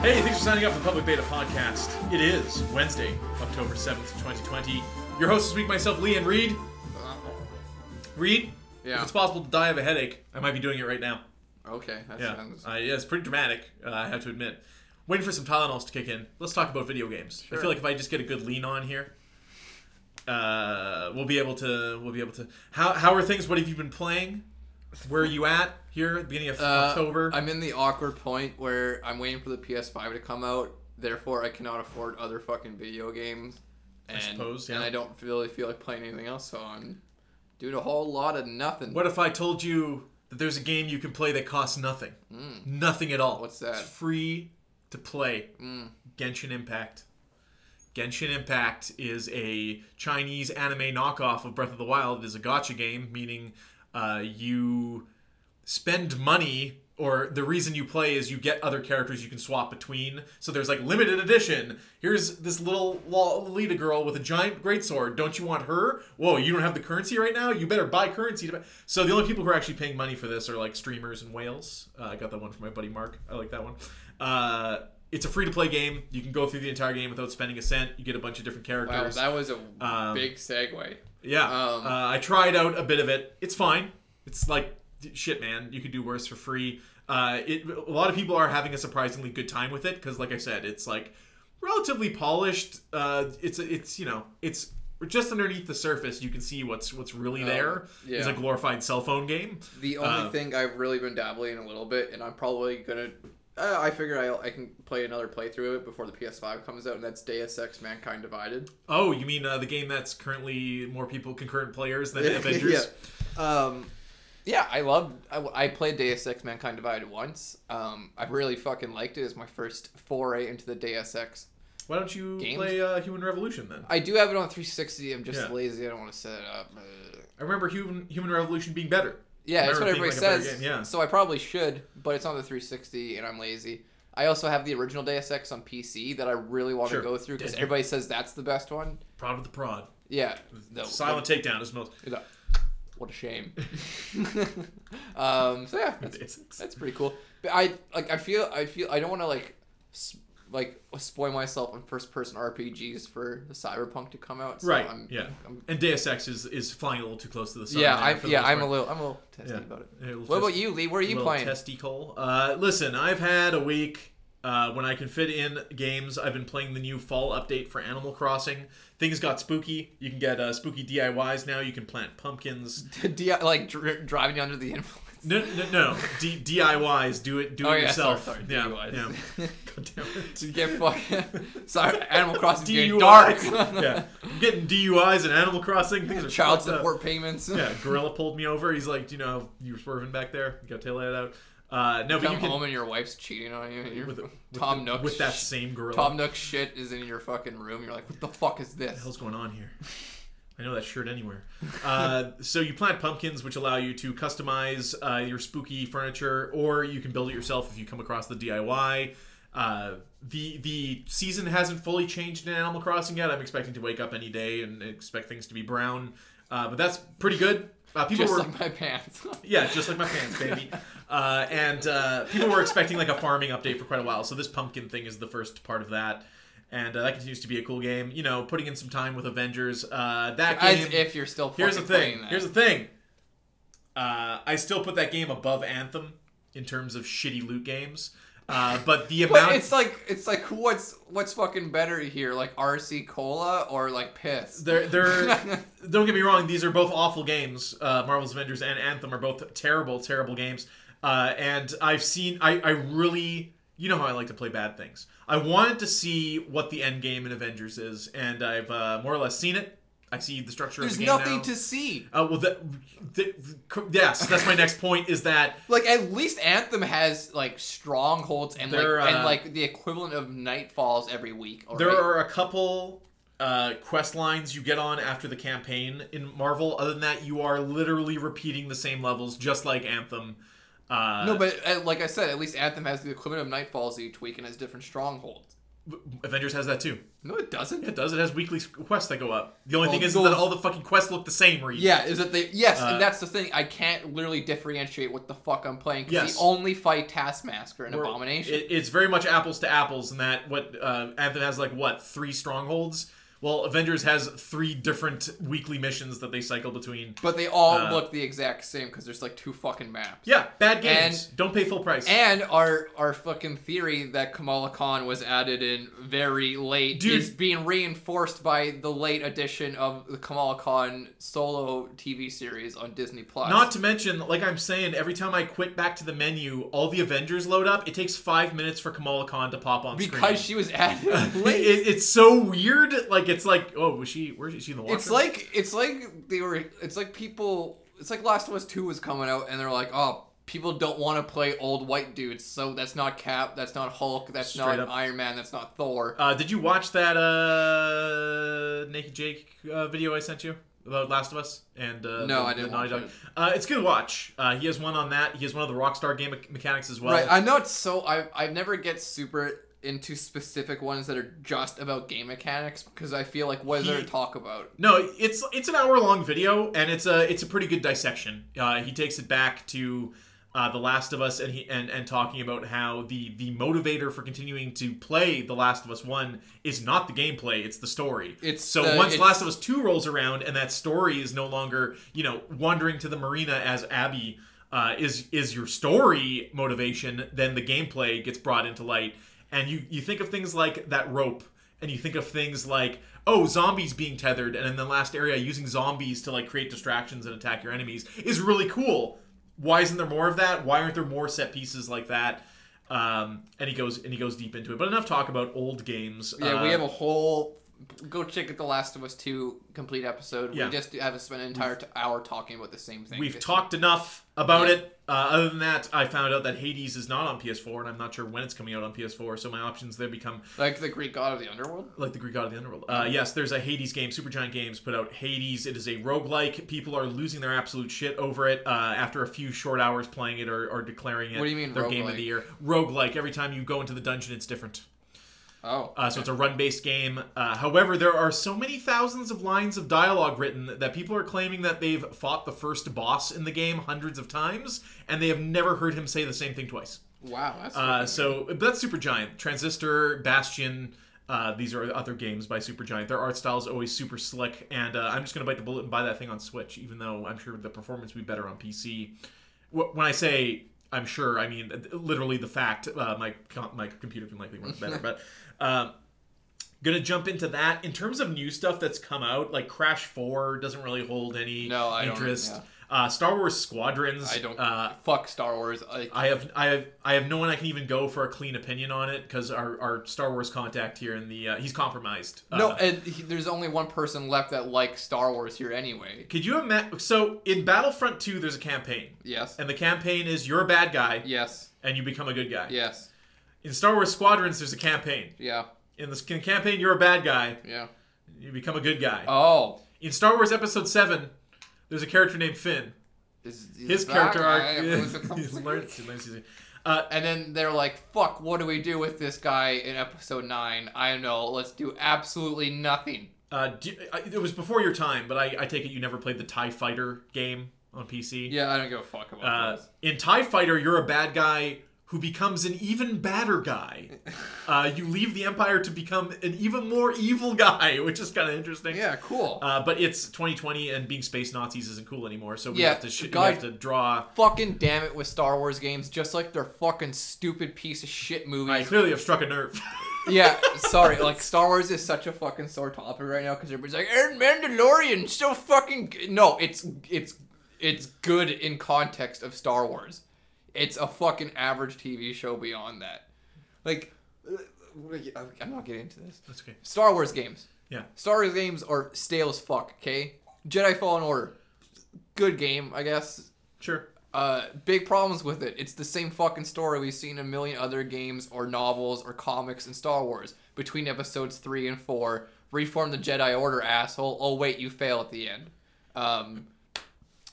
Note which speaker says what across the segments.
Speaker 1: Hey, thanks for signing up for the Public Beta Podcast. It is Wednesday, October 7th, 2020. Your host this week, myself, Lee and Reed. Reed?
Speaker 2: Yeah.
Speaker 1: If it's possible to die of a headache, I might be doing it right now.
Speaker 2: Okay, that
Speaker 1: Yeah.
Speaker 2: sounds.
Speaker 1: Uh, yeah, it's pretty dramatic, uh, I have to admit. Waiting for some Tylenols to kick in. Let's talk about video games. I
Speaker 2: Sure.
Speaker 1: feel like if I just get a good lean on here, uh, we'll be able to. We'll be able to. How, how are things? What have you been playing? Where are you at here at the beginning of
Speaker 2: Uh,
Speaker 1: October?
Speaker 2: I'm in the awkward point where I'm waiting for the PS5 to come out. Therefore, I cannot afford other fucking video games. And,
Speaker 1: suppose, yeah.
Speaker 2: And I don't really feel like playing anything else, so I'm doing a whole lot of nothing.
Speaker 1: What if I told you that there's a game you can play that costs nothing? Nothing at all.
Speaker 2: Mm. What's that? Mm.
Speaker 1: It's free to play. Genshin Impact. Genshin Impact is a Chinese anime knockoff of Breath of the Wild. It is a gotcha game, meaning uh, you spend money or the reason you play is you get other characters you can swap between. So there's like limited edition. Here's this little Lolita girl with a giant greatsword. Don't you want her? Whoa, you don't have the currency right now? You better buy currency. To buy. So the only people who are actually paying money for this are like streamers and whales. Uh, I got that one from my buddy Mark. I like that one. Uh, it's a free to play game. You can go through the entire game without spending a cent. You get a bunch of different
Speaker 2: Wow,
Speaker 1: characters.
Speaker 2: that was a
Speaker 1: Um,
Speaker 2: big segue.
Speaker 1: Yeah.
Speaker 2: Um,
Speaker 1: uh, I tried out a bit of it. It's fine. It's like d- shit, man. You could do worse for free. Uh, it, a lot of people are having a surprisingly good time with it because, like I said, it's like relatively polished. Uh, it's it's you know it's just underneath the surface. You can see what's what's really there.
Speaker 2: Oh, yeah.
Speaker 1: It's a glorified cell phone game.
Speaker 2: The only
Speaker 1: Uh,
Speaker 2: thing I've really been dabbling in a little bit, and I'm probably gonna. Uh, I figure I, I can play another playthrough of it before the PS5 comes out, and that's Deus Ex: Mankind Divided.
Speaker 1: Oh, you mean uh, the game that's currently more people concurrent players than Avengers?
Speaker 2: yeah. Um, yeah, I loved. I, I played Deus Ex: Mankind Divided once. Um, I really fucking liked it. It's my first foray into the Deus Ex.
Speaker 1: Why don't you
Speaker 2: Games?
Speaker 1: play uh, Human Revolution then?
Speaker 2: I do have it on 360. I'm just
Speaker 1: Yeah.
Speaker 2: lazy. I don't want to set it up. Uh,
Speaker 1: I remember Human Human Revolution being better.
Speaker 2: Yeah, that's what
Speaker 1: Remember
Speaker 2: everybody
Speaker 1: it being like a better
Speaker 2: says.
Speaker 1: game, yeah.
Speaker 2: So I probably should, but it's on the 360, and I'm lazy. I also have the original Deus Ex on PC that I really want
Speaker 1: Sure.
Speaker 2: to go through because
Speaker 1: Yeah.
Speaker 2: everybody says that's the best one.
Speaker 1: Proud of the prod.
Speaker 2: Yeah. No,
Speaker 1: Silent takedown is most.
Speaker 2: What, no. what a shame. um, so yeah, that's,
Speaker 1: It's-
Speaker 2: that's pretty cool. But I like. I feel. I feel. I don't want to like, s like spoil myself on first person RPGs for the Cyberpunk to come out. So
Speaker 1: Right.
Speaker 2: I'm,
Speaker 1: yeah.
Speaker 2: I'm-
Speaker 1: and Deus Ex is, is flying a little too close to the sun.
Speaker 2: yeah.
Speaker 1: there
Speaker 2: I,
Speaker 1: for the
Speaker 2: yeah.
Speaker 1: most
Speaker 2: I'm a
Speaker 1: part.
Speaker 2: little. I'm a little testy
Speaker 1: Yeah.
Speaker 2: about it.
Speaker 1: A little
Speaker 2: What about
Speaker 1: test-
Speaker 2: you, Lee? What are you
Speaker 1: little
Speaker 2: playing?
Speaker 1: Testicle. Uh, listen, I've had a week uh, when I can fit in games. I've been playing the new fall update for Animal Crossing. Things got spooky. You can get uh, spooky DIYs now. You can plant pumpkins.
Speaker 2: D- like dri- driving you under the influence.
Speaker 1: No, no, no. D- DIYs. Do it. Do it
Speaker 2: Oh, yeah,
Speaker 1: yourself.
Speaker 2: sorry, sorry,
Speaker 1: yeah.
Speaker 2: DIYs.
Speaker 1: yeah. God damn it.
Speaker 2: To get fucking sorry, Animal Crossing getting dark.
Speaker 1: DUIs. yeah. I'm getting DUIs in Animal Crossing. Things are
Speaker 2: Child
Speaker 1: fucked up.
Speaker 2: support payments.
Speaker 1: yeah, gorilla pulled me over. He's like, "Do you know you were swerving back there? You got tail light out." Uh, no, but
Speaker 2: Come
Speaker 1: you can
Speaker 2: home and your wife's cheating on you. And you're,
Speaker 1: with, with
Speaker 2: Tom
Speaker 1: the-
Speaker 2: Nook.
Speaker 1: with that
Speaker 2: sh-
Speaker 1: same gorilla.
Speaker 2: Tom Nook shit is in your fucking room. You're like, what the fuck is
Speaker 1: the
Speaker 2: this?
Speaker 1: hell's going on here? I know that shirt anywhere. Uh, so you plant pumpkins, which allow you to customize uh, your spooky furniture, or you can build it yourself if you come across the DIY. Uh, the the season hasn't fully changed in Animal Crossing yet. I'm expecting to wake up any day and expect things to be brown, uh, but that's pretty good. Uh, people
Speaker 2: Just
Speaker 1: were
Speaker 2: like my pants.
Speaker 1: Yeah, just like my pants, baby. uh, and uh, people were expecting like a farming update for quite a while, so this pumpkin thing is the first part of that, and uh, that continues to be a cool game. You know, putting in some time with Avengers. Uh, that
Speaker 2: As
Speaker 1: game.
Speaker 2: if you're still fucking
Speaker 1: here's the
Speaker 2: playing
Speaker 1: thing.
Speaker 2: that.
Speaker 1: Here's the thing. Uh, I still put that game above Anthem in terms of shitty loot games, uh, but the
Speaker 2: but
Speaker 1: amount.
Speaker 2: it's like it's like what's what's fucking better here, like RC cola or like piss?
Speaker 1: They're, they're, don't get me wrong, these are both awful games. Uh, Marvel's Avengers and Anthem are both terrible, terrible games. Uh, and I've seen, I, I really, you know how I like to play bad things. I wanted to see what the end game in Avengers is, and I've uh, more or less seen it. I see the structure
Speaker 2: There's
Speaker 1: of the game
Speaker 2: nothing
Speaker 1: now.
Speaker 2: to see.
Speaker 1: Uh, well, that, th yes, that's my next point. Is that
Speaker 2: Like at least Anthem has like strongholds and like
Speaker 1: There, uh,
Speaker 2: and like the equivalent of nightfalls every week. Or
Speaker 1: There are a couple uh, quest lines you get on after the campaign in Marvel. Other than that, you are literally repeating the same levels, just like Anthem. Uh,
Speaker 2: no, but uh, like I said, at least Anthem has the equivalent of nightfalls each week and has different strongholds.
Speaker 1: Avengers has that too.
Speaker 2: No, it doesn't.
Speaker 1: It does. It has weekly quests that go up. The only
Speaker 2: Well,
Speaker 1: thing is
Speaker 2: those-
Speaker 1: that all the fucking quests look the same. Reed.
Speaker 2: Yeah, is that they? Yes,
Speaker 1: Uh,
Speaker 2: and that's the thing. I can't literally differentiate what the fuck I'm playing because
Speaker 1: Yes.
Speaker 2: the only fight Taskmaster and
Speaker 1: We're-
Speaker 2: Abomination.
Speaker 1: It, it's very much apples to apples in that what uh, Anthem has like what three strongholds. Well, Avengers has three different weekly missions that they cycle between.
Speaker 2: but they all
Speaker 1: uh,
Speaker 2: look the exact same because there's like two fucking maps.
Speaker 1: Yeah, bad games. Don't pay full price.
Speaker 2: And our our fucking theory that Kamala Khan was added in very late
Speaker 1: Dude.
Speaker 2: is being reinforced by the late edition of the Kamala Khan solo TV series on Disney Plus.
Speaker 1: Not to mention, like I'm saying, every time I quit back to the menu, all the Avengers load up. It takes five minutes for Kamala Khan to pop on
Speaker 2: because
Speaker 1: screen.
Speaker 2: she was added
Speaker 1: It-
Speaker 2: late.
Speaker 1: it- it's so weird. Like it's like, oh, was she? Where is she in the? Washroom?
Speaker 2: It's like it's like they were. It's like people. It's like Last of Us Two was coming out, and they're like, oh, people don't want to play old white dudes, so that's not Cap, that's not Hulk, that's
Speaker 1: Straight
Speaker 2: not
Speaker 1: up.
Speaker 2: Iron Man, that's not Thor.
Speaker 1: Uh, did you watch that uh, Naked Jake uh, video I sent you about Last of Us and uh,
Speaker 2: No,
Speaker 1: the,
Speaker 2: I didn't
Speaker 1: the Naughty
Speaker 2: watch
Speaker 1: Dog?
Speaker 2: it.
Speaker 1: Uh, it's good to watch. Uh, he has one on that. He has one of the Rockstar game me- mechanics as well.
Speaker 2: right. I know it's so. I I never get super into specific ones that are just about game mechanics because I feel like what is there
Speaker 1: He-
Speaker 2: to talk about?
Speaker 1: no, it's it's an hour long video and it's a it's a pretty good dissection. Uh, he takes it back to uh, the Last of Us and he and, and talking about how the the motivator for continuing to play the Last of Us one is not the gameplay, it's the story.
Speaker 2: It's
Speaker 1: so
Speaker 2: the-
Speaker 1: once
Speaker 2: it's-
Speaker 1: Last of Us two rolls around and that story is no longer you know wandering to the marina as Abby uh, is is your story motivation, then the gameplay gets brought into light and you you think of things like that rope and you think of things like oh zombies being tethered and in the last area using zombies to like create distractions and attack your enemies is really cool why isn't there more of that why aren't there more set pieces like that um, and he goes and he goes deep into it but enough talk about old games
Speaker 2: Yeah,
Speaker 1: Uh,
Speaker 2: we have a whole. Go check out the Last of Us Two complete episode.
Speaker 1: Yeah.
Speaker 2: We just haven't spent an entire t- hour talking about the same thing.
Speaker 1: we've
Speaker 2: Just-
Speaker 1: talked enough about
Speaker 2: Yeah.
Speaker 1: it uh, other than that i found out that hades is not on ps4 and i'm not sure when it's coming out on ps4 so my options there become
Speaker 2: like the Greek god of the underworld.
Speaker 1: like the Greek god of the underworld. Uh, yes, there's a Hades game. Supergiant Games put out Hades. It is a roguelike. People are losing their absolute shit over it uh, after a few short hours playing it or, or declaring it
Speaker 2: What do you mean
Speaker 1: their game of
Speaker 2: roguelike?
Speaker 1: the year. Roguelike. Every time you go into the dungeon, it's different.
Speaker 2: Oh,
Speaker 1: Uh, so it's a run-based game. Uh, however, there are so many thousands of lines of dialogue written that people are claiming that they've fought the first boss in the game hundreds of times, and they have never heard him say the same thing twice.
Speaker 2: wow. That's
Speaker 1: Uh, so but that's Supergiant, Transistor, Bastion. Uh, these are other games by Supergiant. Their art style is always super slick, and uh, I'm just gonna bite the bullet and buy that thing on Switch, even though I'm sure the performance would be better on PC. Wh- When I say I'm sure, I mean uh, literally the fact uh, my com- my computer can likely run better. but um, gonna jump into that in terms of new stuff that's come out. Like Crash Four doesn't really hold any
Speaker 2: No, I don't-
Speaker 1: interest.
Speaker 2: yeah.
Speaker 1: Uh, Star Wars Squadrons.
Speaker 2: I don't
Speaker 1: Uh,
Speaker 2: fuck Star Wars. Like,
Speaker 1: I have I have I have no one I can even go for a clean opinion on it because our, our Star Wars contact here in the uh, he's compromised. Uh,
Speaker 2: no, eh. and he, there's only one person left that likes Star Wars here anyway.
Speaker 1: could you imagine? So in Battlefront Two, there's a campaign,
Speaker 2: Yes.
Speaker 1: and the campaign is you're a bad guy
Speaker 2: Yes.
Speaker 1: and you become a good guy.
Speaker 2: Yes.
Speaker 1: In Star Wars Squadrons, there's a campaign.
Speaker 2: Yeah.
Speaker 1: In the in the campaign, you're a bad guy,
Speaker 2: Yeah.
Speaker 1: you become a good guy.
Speaker 2: Oh.
Speaker 1: in Star Wars Episode Seven, there's a character named Finn.
Speaker 2: Is, is
Speaker 1: His
Speaker 2: that
Speaker 1: character
Speaker 2: guy-
Speaker 1: arc is, he's learned, he learns he's- uh,
Speaker 2: And then they're like, fuck, what do we do with this guy in episode 9? I know, let's do absolutely nothing.
Speaker 1: uh, do, I, it was before your time, but I, I take it you never played the Tie Fighter game on PC.
Speaker 2: Yeah, I don't give a fuck about
Speaker 1: Uh,
Speaker 2: those.
Speaker 1: in Tie Fighter, you're a bad guy who becomes an even badder guy. Uh, you leave the Empire to become an even more evil guy, which is kind of interesting.
Speaker 2: Yeah, cool.
Speaker 1: Uh, but it's 2020, and being space Nazis isn't cool anymore. So we
Speaker 2: Yeah,
Speaker 1: have to sh-
Speaker 2: guy-
Speaker 1: we have to draw.
Speaker 2: fucking damn it with Star Wars games, just like they're fucking stupid piece of shit movies.
Speaker 1: I clearly have struck a nerve.
Speaker 2: yeah, sorry. Like Star Wars is such a fucking sore topic right now because everybody's like, "Aaron Mandalorian so fucking g-" no." It's it's it's good in context of Star Wars. It's a fucking average TV show beyond that. Like, uh, I'm not getting into this.
Speaker 1: That's okay.
Speaker 2: Star Wars games.
Speaker 1: Yeah.
Speaker 2: Star Wars games are stale as fuck. Okay. Jedi Fallen Order, good game, I guess.
Speaker 1: Sure.
Speaker 2: Uh, big problems with it. It's the same fucking story we've seen in a million other games or novels or comics and Star Wars between episodes three and four. Reform the Jedi Order, asshole. Oh wait, you fail at the end. Um,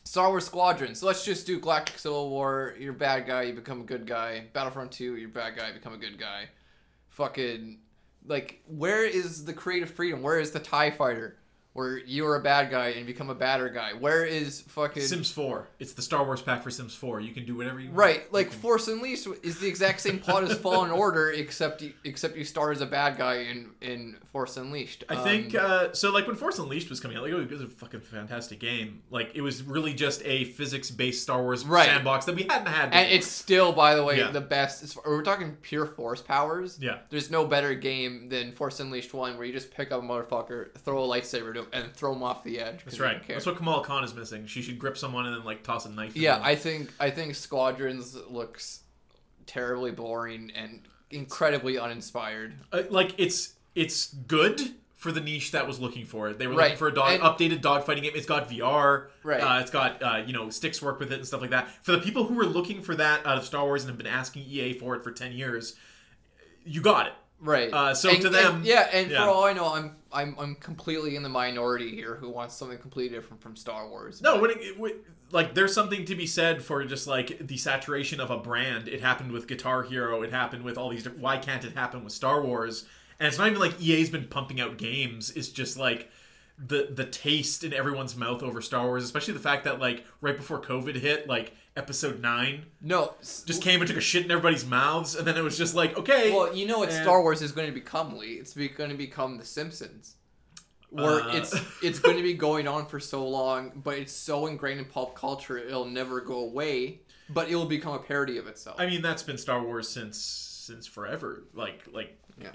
Speaker 2: Star Wars Squadrons. Let's just do Galactic Civil War. You're a bad guy, you become a good guy. Battlefront Two. You're a bad guy, you become a good guy. Fucking Like, where is the creative freedom? Where is the Tie Fighter, where you're a bad guy and become a badder guy? Where is fucking
Speaker 1: Sims 4. It's the Star Wars pack for Sims 4. You can do whatever you want.
Speaker 2: right? Like,
Speaker 1: Mm-hmm.
Speaker 2: Force Unleashed is the exact same plot as Fallen Order, except you, except you star as a bad guy in in Force Unleashed.
Speaker 1: I think
Speaker 2: Um,
Speaker 1: uh, so. Like when Force Unleashed was coming out, like oh, it was a fucking fantastic game. Like it was really just a physics-based Star Wars
Speaker 2: Right.
Speaker 1: sandbox that we hadn't had. Before.
Speaker 2: and it's still, by the way,
Speaker 1: uh, Yeah.
Speaker 2: the best. As far, we're talking pure force powers.
Speaker 1: yeah,
Speaker 2: There's no better game than Force Unleashed 1 where you just pick up a motherfucker, throw a lightsaber to him, and throw him off the edge. 'cause
Speaker 1: that's
Speaker 2: you
Speaker 1: right.
Speaker 2: don't care.
Speaker 1: That's what Kamala Khan is missing. She should grip someone and then like toss a knife. at
Speaker 2: yeah,
Speaker 1: them.
Speaker 2: I think I think Squadrons looks terribly boring and incredibly uninspired.
Speaker 1: Uh, like it's it's good for the niche that was looking for it. They were
Speaker 2: Right.
Speaker 1: looking for a dog
Speaker 2: And-
Speaker 1: updated dogfighting game. It's got VR.
Speaker 2: Right.
Speaker 1: Uh, it's got uh, you know sticks work with it and stuff like that. For the people who were looking for that out of Star Wars and have been asking EA for it for ten years, you got it.
Speaker 2: Right.
Speaker 1: Uh, so
Speaker 2: And-
Speaker 1: to
Speaker 2: and-
Speaker 1: them-
Speaker 2: yeah, and
Speaker 1: yeah.
Speaker 2: for all I know, I'm I'm I'm completely in the minority here who wants something completely different from Star Wars.
Speaker 1: No, when it, it, when- like there's something to be said for just like the saturation of a brand. It happened with Guitar Hero. It happened with all these. diff- Why can't it happen with Star Wars? And it's not even like EA's been pumping out games. It's just like the the taste in everyone's mouth over Star Wars, especially the fact that like right before COVID hit, like Episode Nine
Speaker 2: No. s-
Speaker 1: just came and took a shit in everybody's mouths, and then it was just like, okay,
Speaker 2: Well, you know what
Speaker 1: And-
Speaker 2: Star Wars is going to become, Lee. It's be- going to become The Simpsons, where
Speaker 1: Uh.
Speaker 2: it's it's going to be going on for so long, but it's so ingrained in pop culture, it'll never go away. But it will become a parody of itself.
Speaker 1: I mean, that's been Star Wars since since forever. Like like
Speaker 2: Yeah.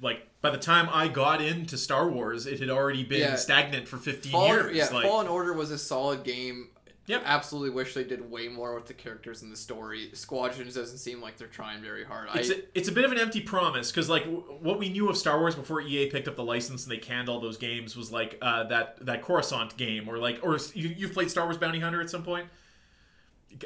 Speaker 1: like by the time I got into Star Wars, it had already been
Speaker 2: Yeah.
Speaker 1: stagnant for 15
Speaker 2: Fallen,
Speaker 1: years.
Speaker 2: yeah,
Speaker 1: like
Speaker 2: Fallen Order was a solid game.
Speaker 1: Yep.
Speaker 2: Absolutely wish they did way more with the characters and the story. Squadrons doesn't seem like they're trying very hard. I,
Speaker 1: it's a, it's a bit of an empty promise because like w- what we knew of Star Wars before EA picked up the license and they canned all those games was like uh, that that Coruscant game or like or s- you, you've played Star Wars Bounty Hunter at some point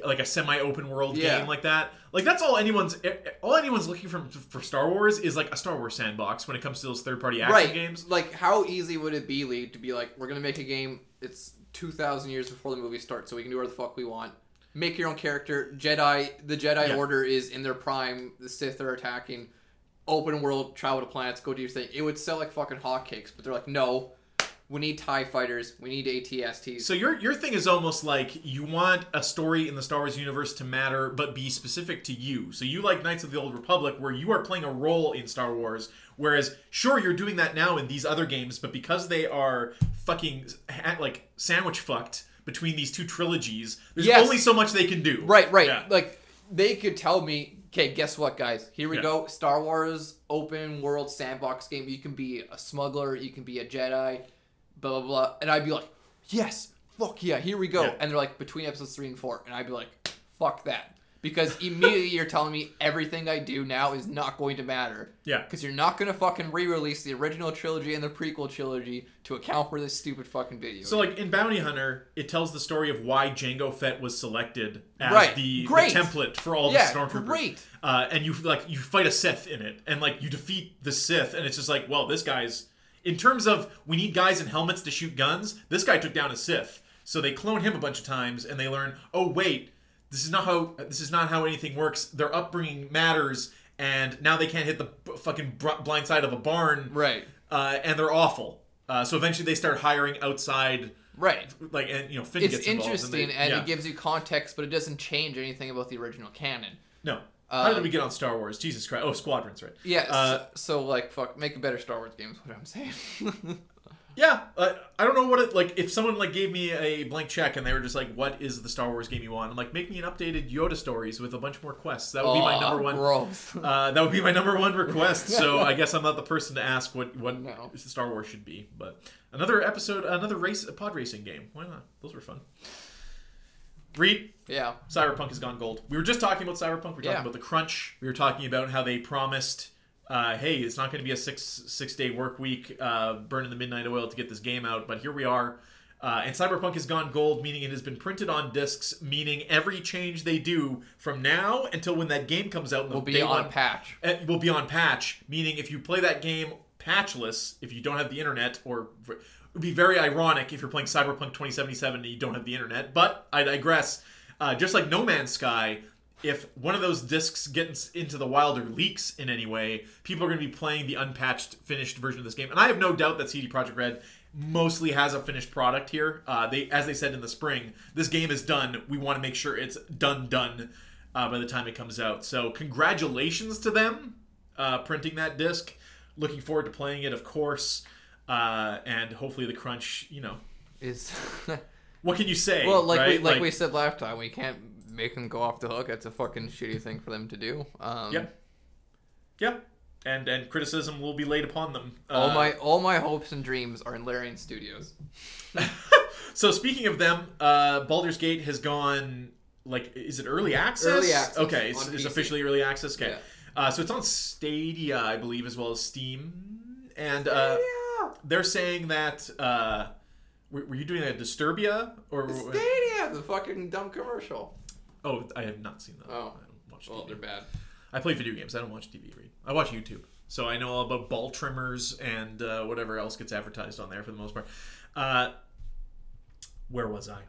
Speaker 1: like a semi-open world
Speaker 2: Yeah.
Speaker 1: game like that like that's all anyone's eh, eh, all anyone's looking for for Star Wars is like a Star Wars sandbox when it comes to those third-party action
Speaker 2: right.
Speaker 1: games
Speaker 2: Like, how easy would it be, Lee, to be like, we're gonna make a game. It's two thousand years before the movie starts, so we can do whatever the fuck we want. Make your own character. Jedi. The Jedi
Speaker 1: Yeah.
Speaker 2: Order is in their prime. The Sith are attacking. Open world, travel to planets, go do your thing. It would sell like fucking hotcakes, but they're like, no, we need Tie fighters, we need ATSTs.
Speaker 1: So your your thing is almost like you want a story in the Star Wars universe to matter, but be specific to you. So you like Knights of the Old Republic, where you are playing a role in Star Wars. Whereas, sure, you're doing that now in these other games, but because they are fucking ha- like sandwich fucked between these two trilogies, there's
Speaker 2: Yes.
Speaker 1: only so much they can do.
Speaker 2: Right, right.
Speaker 1: Yeah.
Speaker 2: Like they could tell me, okay, guess what, guys? Here we
Speaker 1: Yeah.
Speaker 2: go. Star Wars open world sandbox game. You can be a smuggler, you can be a Jedi, blah blah blah. And I'd be like, yes, fuck yeah, here we go.
Speaker 1: Yeah.
Speaker 2: And they're like between episodes three and four, and I'd be like, fuck that, because immediately you're telling me everything I do now is not going to matter.
Speaker 1: Yeah.
Speaker 2: Because you're not gonna fucking re-release the original trilogy and the prequel trilogy to account for this stupid fucking video.
Speaker 1: So like in Bounty Hunter, it tells the story of why Django Fett was selected as
Speaker 2: Right.
Speaker 1: the, the
Speaker 2: Great.
Speaker 1: template for all
Speaker 2: Yeah,
Speaker 1: the stormtroopers.
Speaker 2: great.
Speaker 1: Uh, and you like you fight a Sith in it, and like you defeat the Sith, and it's just like, well, this guy's in terms of we need guys in helmets to shoot guns. This guy took down a Sith, so they clone him a bunch of times, and they learn, oh wait, this is not how this is not how anything works. Their upbringing matters, and now they can't hit the b- fucking br- blind side of a barn,
Speaker 2: right,
Speaker 1: uh, and they're awful. Uh, so eventually, they start hiring outside
Speaker 2: right.
Speaker 1: like and you know Finn
Speaker 2: it's
Speaker 1: gets involved
Speaker 2: interesting and,
Speaker 1: and, they, yeah.
Speaker 2: it gives you context, but it doesn't change anything about the original canon.
Speaker 1: no
Speaker 2: Uh,
Speaker 1: how did we get on Star Wars Jesus Christ oh squadrons right
Speaker 2: Yeah, s-
Speaker 1: uh,
Speaker 2: so like, fuck, make a better Star Wars game. Is what I'm saying.
Speaker 1: yeah uh, I don't know what it like if someone like gave me a blank check and they were just like what is the Star Wars game you want I'm like make me an updated Yoda stories with a bunch more quests that would be my
Speaker 2: Aw,
Speaker 1: number one
Speaker 2: Gross.
Speaker 1: uh, that would be my number one request so I guess I'm not the person to ask what what
Speaker 2: No.
Speaker 1: Star Wars should be but another episode another race a pod racing game why not those were fun Reed
Speaker 2: yeah.
Speaker 1: Cyberpunk has gone gold. We were just talking about Cyberpunk. We were talking
Speaker 2: Yeah.
Speaker 1: about the crunch. We were talking about how they promised, uh, hey, it's not going to be a six six day work week, uh, burning the midnight oil to get this game out. But here we are. Uh, and Cyberpunk has gone gold, meaning it has been printed on discs, meaning every change they do from now until when that game comes out in the
Speaker 2: Will be
Speaker 1: day
Speaker 2: on
Speaker 1: one-
Speaker 2: patch.
Speaker 1: uh, will be on patch, meaning if you play that game patchless, if you don't have the internet, or it would be very ironic if you're playing Cyberpunk 2077 and you don't have the internet. But I digress. Uh, just like No Man's Sky, if one of those discs gets into the wild or leaks in any way, people are going to be playing the unpatched, finished version of this game. And I have no doubt that CD Projekt Red mostly has a finished product here. Uh, they, as they said in the spring, this game is done. We want to make sure it's done, done uh, by the time it comes out. So congratulations to them uh, printing that disc. Looking forward to playing it, of course, uh, and hopefully the crunch. You know,
Speaker 2: Is
Speaker 1: what can you say?
Speaker 2: well, like we
Speaker 1: right?
Speaker 2: like, we said last time, we can't make them go off the hook. That's a fucking shitty thing for them to do. Um,
Speaker 1: Yep. Yep. And and criticism will be laid upon them. Uh,
Speaker 2: All Oh my all my hopes and dreams are in Larian Studios.
Speaker 1: so speaking of them, uh, Baldur's Gate has gone like is it early access?
Speaker 2: Early access
Speaker 1: Okay, it's,
Speaker 2: on
Speaker 1: it's
Speaker 2: PC.
Speaker 1: officially early access. Okay.
Speaker 2: Yeah.
Speaker 1: Uh, so it's on Stadia, I believe, as well as Steam, and uh, they're saying that. Uh, were were you doing a Disturbia or?
Speaker 2: Stadia, the fucking dumb commercial.
Speaker 1: Oh, I have not seen that.
Speaker 2: Oh.
Speaker 1: I don't watch
Speaker 2: Well,
Speaker 1: TV.
Speaker 2: they're bad.
Speaker 1: I play video games. I don't watch TV. Read. I watch YouTube, so I know all about ball trimmers and uh, whatever else gets advertised on there for the most part. Uh, where was I?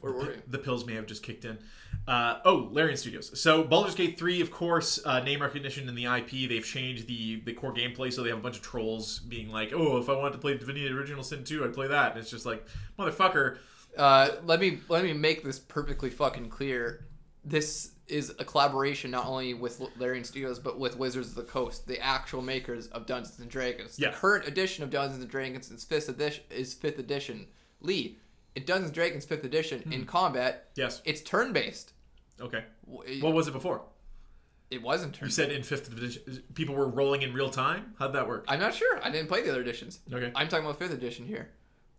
Speaker 2: Where were you?
Speaker 1: The pills may have just kicked in. Uh, oh, Larian Studios. So Baldur's Gate 3, of course, uh, name recognition in the IP. They've changed the the core gameplay, so they have a bunch of trolls being like, "Oh, if I wanted to play Divinity: Original Sin 2, I'd play that." And it's just like, motherfucker.
Speaker 2: Uh, let me let me make this perfectly fucking clear. This is a collaboration not only with Larian Studios but with Wizards of the Coast, the actual makers of Dungeons and Dragons.
Speaker 1: Yeah.
Speaker 2: The current edition of Dungeons and Dragons is fifth edition. Is fifth edition. Lee, in Dungeons and Dragons fifth edition, in combat,
Speaker 1: Yes.
Speaker 2: it's turn based.
Speaker 1: Okay. What was it before?
Speaker 2: It wasn't turn.
Speaker 1: You said in fifth division, people were rolling in real time. How'd that work?
Speaker 2: I'm not sure. I didn't play the other editions.
Speaker 1: Okay.
Speaker 2: I'm talking about fifth edition here.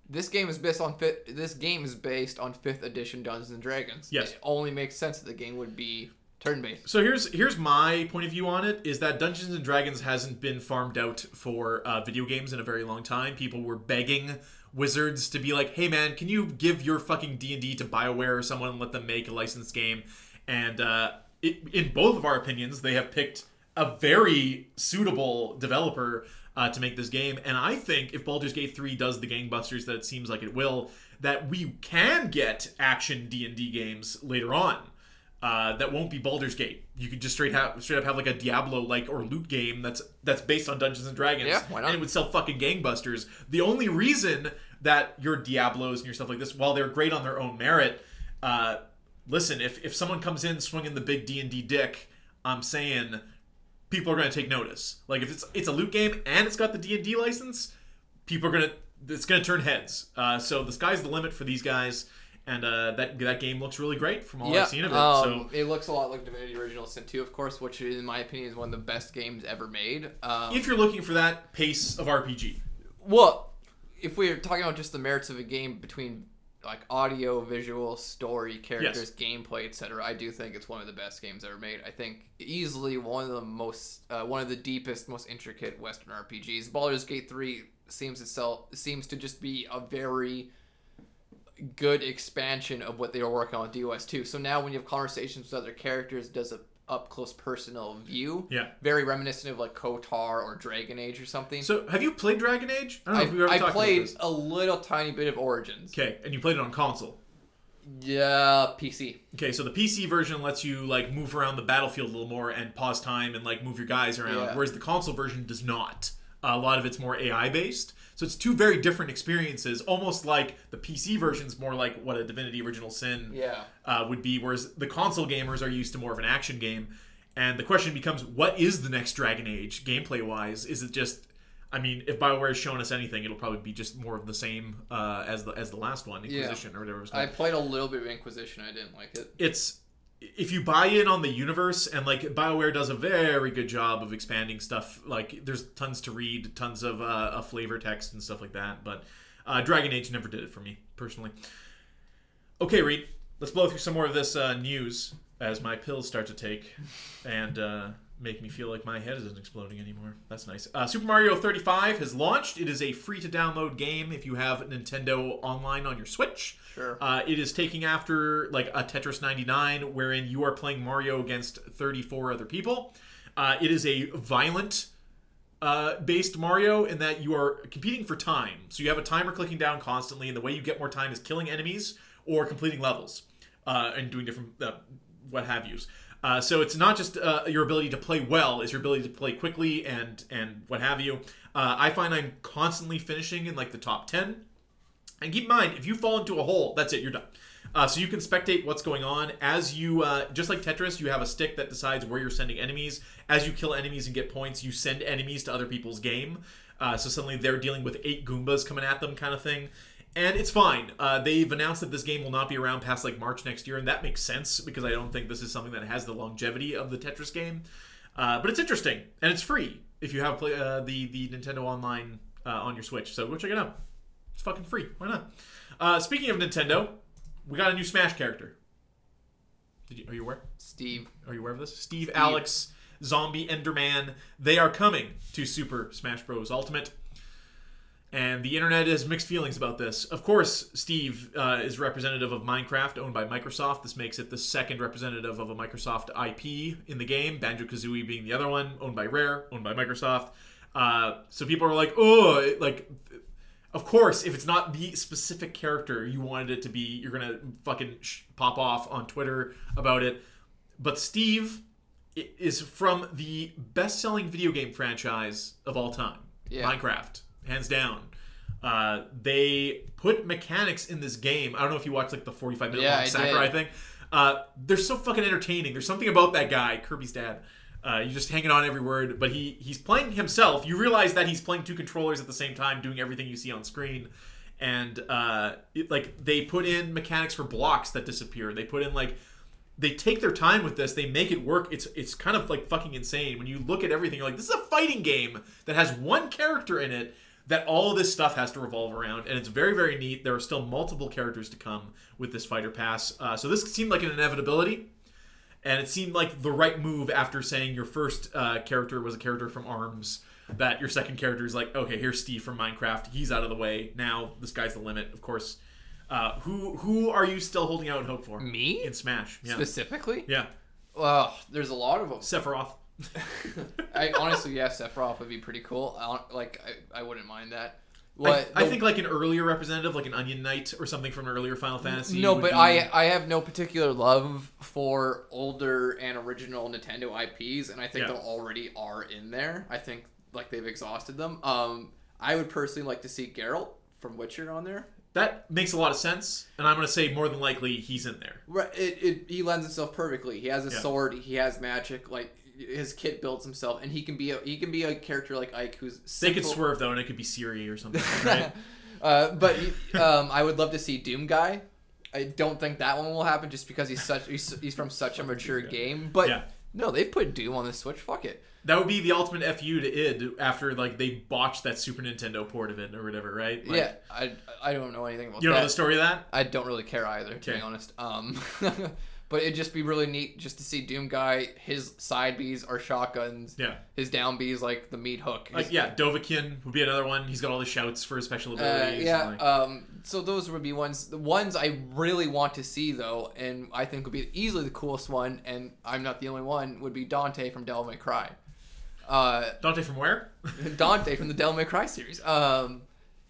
Speaker 2: This game is based on fifth. This game is based on fifth edition Dungeons and Dragons.
Speaker 1: Yes.
Speaker 2: It only makes sense that the game would be turn based.
Speaker 1: So here's here's my point of view on it is that Dungeons and Dragons hasn't been farmed out for uh, video games in a very long time. People were begging wizards to be like, "Hey man, can you give your fucking D and D to Bioware or someone and let them make a licensed game?" And uh, it, in both of our opinions, they have picked a very suitable developer uh, to make this game. And I think if Baldur's Gate 3 does the gangbusters that it seems like it will, that we can get action D&D games later on. Uh, that won't be Baldur's Gate. You could just straight have straight up have like a Diablo like or loot game that's that's based on Dungeons and Dragons.
Speaker 2: Yeah, why not?
Speaker 1: And it would sell fucking gangbusters. The only reason that your Diablos and your stuff like this, while they're great on their own merit, uh, listen, if if someone comes in swinging the big D and D dick, I'm saying people are going to take notice. Like if it's it's a loot game and it's got the D and D license, people are going to it's going to turn heads. Uh, so the sky's the limit for these guys, and uh, that that game looks really great from all I've seen of it.
Speaker 2: um,
Speaker 1: so
Speaker 2: it looks a lot like Divinity Original Sin 2, of course, which in my opinion is one of the best games ever made. Um,
Speaker 1: if you're looking for that pace of RPG,
Speaker 2: well, if we're talking about just the merits of a game between like audio, visual, story, characters, gameplay, etc., I do think it's one of the best games ever made. I think easily one of the most, uh, one of the deepest, most intricate Western RPGs. Baldur's Gate Three seems itself seems to just be a very good expansion of what they were working on with DOS 2. So now when you have conversations with other characters, it does a up close personal view.
Speaker 1: Yeah.
Speaker 2: Very reminiscent of like Kotar or Dragon Age or something.
Speaker 1: so have you played Dragon Age? I don't know if we've ever
Speaker 2: I, I
Speaker 1: talked about
Speaker 2: played
Speaker 1: this.
Speaker 2: a little tiny bit of Origins.
Speaker 1: Okay, and you played it on console.
Speaker 2: Yeah, PC.
Speaker 1: Okay, so the PC version lets you like move around the battlefield a little more and pause time and like move your guys around,
Speaker 2: Yeah.
Speaker 1: whereas the console version does not. a lot of it's more AI based, so it's two very different experiences. Almost like the PC version's more like what a Divinity Original Sin
Speaker 2: Yeah.
Speaker 1: uh, would be, whereas the console gamers are used to more of an action game. And the question becomes, what is the next Dragon Age gameplay wise? Is it just, I mean, if Bioware has shown us anything, it'll probably be just more of the same uh, as the as the last one, Inquisition or whatever it was called
Speaker 2: I played a little bit of Inquisition. I didn't like it.
Speaker 1: it's if you buy in on the universe and like bioware does a very good job of expanding stuff like there's tons to read tons of, uh, of flavor text and stuff like that but uh, dragon age never did it for me personally okay reed let's blow through some more of this uh, news as my pills start to take and uh, make me feel like my head isn't exploding anymore that's nice uh, super mario 35 has launched it is a free to download game if you have nintendo online on your switch
Speaker 2: Sure.
Speaker 1: uh, it is taking after like a Tetris 99, wherein you are playing Mario against 34 other people. Uh, it is a violent uh, based Mario in that you are competing for time. So you have a timer clicking down constantly, and the way you get more time is killing enemies or completing levels uh, and doing different uh, what have yous. Uh, so it's not just uh, your ability to play well; it's your ability to play quickly and and what have you. Uh, I find I'm constantly finishing in like the top ten. And keep in mind, if you fall into a hole, that's it, you're done. Uh, so you can spectate what's going on as you, uh, just like Tetris, you have a stick that decides where you're sending enemies. As you kill enemies and get points, you send enemies to other people's game. Uh, so suddenly they're dealing with eight Goombas coming at them, kind of thing. And it's fine. Uh, they've announced that this game will not be around past like March next year, and that makes sense because I don't think this is something that has the longevity of the Tetris game. Uh, but it's interesting and it's free if you have play, uh, the the Nintendo Online uh, on your Switch. So go check it out. It's fucking free. Why not? Uh, speaking of Nintendo, we got a new Smash character. Did you, are you aware?
Speaker 2: Steve.
Speaker 1: Are you aware of this? Steve, Alex, Zombie, Enderman. They are coming to Super Smash Bros. Ultimate. And the internet has mixed feelings about this. Of course, Steve uh, is representative of Minecraft, owned by Microsoft. This makes it the second representative of a Microsoft IP in the game, Banjo Kazooie being the other one, owned by Rare, owned by Microsoft. Uh, so people are like, oh, it- like, of course, if it's not the specific character you wanted it to be, you're going to fucking sh- pop off on Twitter about it. But Steve i- is from the best-selling video game franchise of all time,
Speaker 2: Yeah.
Speaker 1: Minecraft, hands down. Uh, they put mechanics in this game. I don't know if you watched like the 45 minute
Speaker 2: Yeah,
Speaker 1: long
Speaker 2: I
Speaker 1: Sakurai
Speaker 2: did.
Speaker 1: thing. Uh, they're so fucking entertaining. There's something about that guy, Kirby's dad. Uh, you're just hanging on every word, but he he's playing himself. You realize that he's playing two controllers at the same time, doing everything you see on screen. And uh, it, like they put in mechanics for blocks that disappear. They put in like they take their time with this. They make it work. It's it's kind of like fucking insane when you look at everything. You're like, this is a fighting game that has one character in it that all of this stuff has to revolve around, and it's very very neat. There are still multiple characters to come with this fighter pass. Uh, so this seemed like an inevitability, and it seemed like the right move after saying your first uh, character was a character from Arms. That your second character is like, okay, here's Steve from Minecraft. He's out of the way now. This guy's the limit, of course. Uh, who who are you still holding out hope for?
Speaker 2: Me?
Speaker 1: in Smash. Yeah.
Speaker 2: Specifically?
Speaker 1: Yeah,
Speaker 2: Well, there's a lot of them.
Speaker 1: Sephiroth.
Speaker 2: I honestly, yeah, Sephiroth would be pretty cool. I, don't- like, I, I wouldn't mind that.
Speaker 1: I,
Speaker 2: What?
Speaker 1: I
Speaker 2: the-
Speaker 1: think like an earlier representative, like an Onion Knight or something from an earlier Final Fantasy.
Speaker 2: No,
Speaker 1: would
Speaker 2: but
Speaker 1: be-
Speaker 2: I I have no particular love for older and original Nintendo IPs, and I think
Speaker 1: Yeah.
Speaker 2: they already are in there. I think like they've exhausted them. Um, I would personally like to see Geralt from Witcher on there.
Speaker 1: that makes a lot of sense, and I'm gonna say more than likely he's in there.
Speaker 2: Right, it, it he lends himself perfectly. He has a
Speaker 1: Yeah.
Speaker 2: sword. He has magic. Like his kit builds himself, and he can be a he can be a character like Ike who's
Speaker 1: They could
Speaker 2: simple-
Speaker 1: swerve though, and it could be Siri or something. Right?
Speaker 2: uh, but um, I would love to see Doom Guy. I don't think that one will happen just because he's such he's, he's from such a mature
Speaker 1: Guy.
Speaker 2: game. But
Speaker 1: Yeah.
Speaker 2: no, they've put Doom on the Switch. Fuck it.
Speaker 1: that would be the ultimate fu to id after like they botched that Super Nintendo port of it or whatever, right? Like,
Speaker 2: yeah, I, I don't know anything about
Speaker 1: You don't
Speaker 2: that.
Speaker 1: know the story of that?
Speaker 2: I don't really care either, to
Speaker 1: Okay.
Speaker 2: be honest. Um, but it'd just be really neat just to see Doom Guy. His side Bs are shotguns.
Speaker 1: Yeah.
Speaker 2: His down Bs like the meat hook.
Speaker 1: Like
Speaker 2: His-
Speaker 1: yeah, Dovahkiin would be another one. He's got all the shouts for his special
Speaker 2: Uh,
Speaker 1: abilities.
Speaker 2: yeah.
Speaker 1: and, like-
Speaker 2: Um, so those would be ones. The ones I really want to see, though, and I think would be easily the coolest one, and I'm not the only one, would be Dante from Devil May Cry. Uh,
Speaker 1: Dante from where?
Speaker 2: Dante from the Devil May Cry series. Um,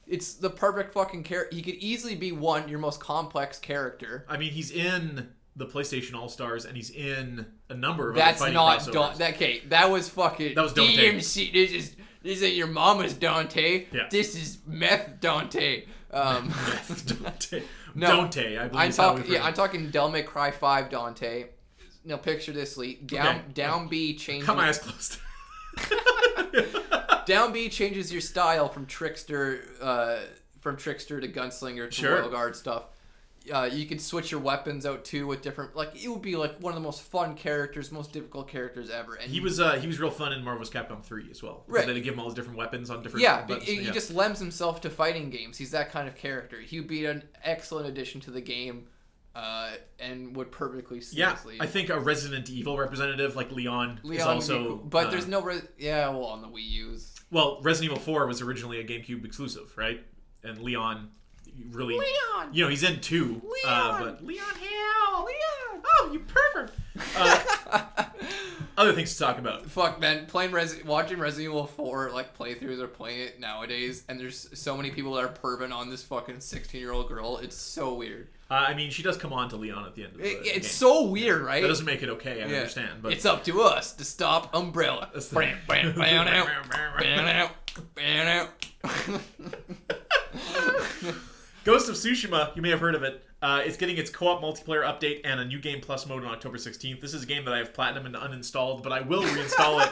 Speaker 2: it's the perfect fucking character. He could easily be one, your most complex character.
Speaker 1: I mean, he's in the PlayStation All Stars, and he's in a number of
Speaker 2: That's
Speaker 1: other fighting
Speaker 2: not
Speaker 1: crossovers.
Speaker 2: Dante. That, okay, that was fucking.
Speaker 1: That was Dante.
Speaker 2: DMC. This is this ain't your mama's Dante.
Speaker 1: Yeah.
Speaker 2: This is meth Dante. Um,
Speaker 1: Dante.
Speaker 2: No.
Speaker 1: Dante, I believe.
Speaker 2: I'm
Speaker 1: is how we
Speaker 2: talking.
Speaker 1: pronounce
Speaker 2: Yeah, I'm talking. Del May Cry Five, Dante. Now picture this, Lee. Down,
Speaker 1: Okay.
Speaker 2: down B
Speaker 1: it.
Speaker 2: changes.
Speaker 1: Cut my eyes closed.
Speaker 2: Down B changes your style from trickster, uh, from trickster to gunslinger to
Speaker 1: Sure.
Speaker 2: royal guard stuff. Uh, you could switch your weapons out too with different. Like it would be like one of the most fun characters, most difficult characters ever. And
Speaker 1: he was uh, he was real fun in Marvel's Capcom 3 as well. because
Speaker 2: Right.
Speaker 1: They give him all his different weapons on different.
Speaker 2: Yeah, but
Speaker 1: buttons.
Speaker 2: he he just lends himself to fighting games. He's that kind of character. He would be an excellent addition to the game, uh, and would perfectly
Speaker 1: yeah.
Speaker 2: seamlessly.
Speaker 1: I think a Resident Evil representative like Leon, is
Speaker 2: Leon, would be
Speaker 1: also.
Speaker 2: cool, but
Speaker 1: uh,
Speaker 2: there's no. Re- yeah, well, on the Wii U's.
Speaker 1: Well, Resident Evil 4 was originally a GameCube exclusive, right? And Leon really.
Speaker 2: Leon!
Speaker 1: You know, he's in 2. Leon! Uh, but,
Speaker 2: Leon Hale! Leon!
Speaker 1: oh, you pervert! Uh, Other things to talk about.
Speaker 2: Fuck man, playing Res- watching Resident Evil 4 like playthroughs or playing it nowadays, and there's so many people that are perving on this fucking 16 year old girl. It's so weird.
Speaker 1: Uh, I mean, she does come on to Leon at the end of the
Speaker 2: It-
Speaker 1: game.
Speaker 2: it's so weird, right?
Speaker 1: that doesn't make it okay. I
Speaker 2: Yeah.
Speaker 1: understand, but
Speaker 2: it's up to us to stop Umbrella.
Speaker 1: That's the-
Speaker 2: Bam, bam, bam, out, bam, out, bam, out.
Speaker 1: Ghost of Tsushima, you may have heard of it. Uh, it's getting its co-op multiplayer update and a new game plus mode on October 16th. This is a game that I have platinum and uninstalled, but I will reinstall it.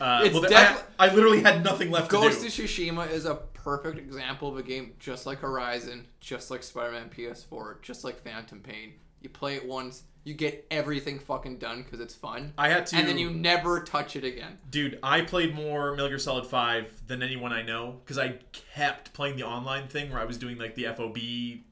Speaker 1: Uh,
Speaker 2: It's
Speaker 1: well, there-
Speaker 2: defi-
Speaker 1: I, I literally had nothing left
Speaker 2: Ghost
Speaker 1: to
Speaker 2: of
Speaker 1: do.
Speaker 2: Tsushima is a perfect example of a game just like Horizon, just like Spider-Man PS4, just like Phantom Pain. You play it once, you get everything fucking done because it's fun,
Speaker 1: I had to,
Speaker 2: and then you never touch it again.
Speaker 1: dude. I played more Metal Gear Solid Five than anyone I know because I kept playing the online thing where I was doing like the FOB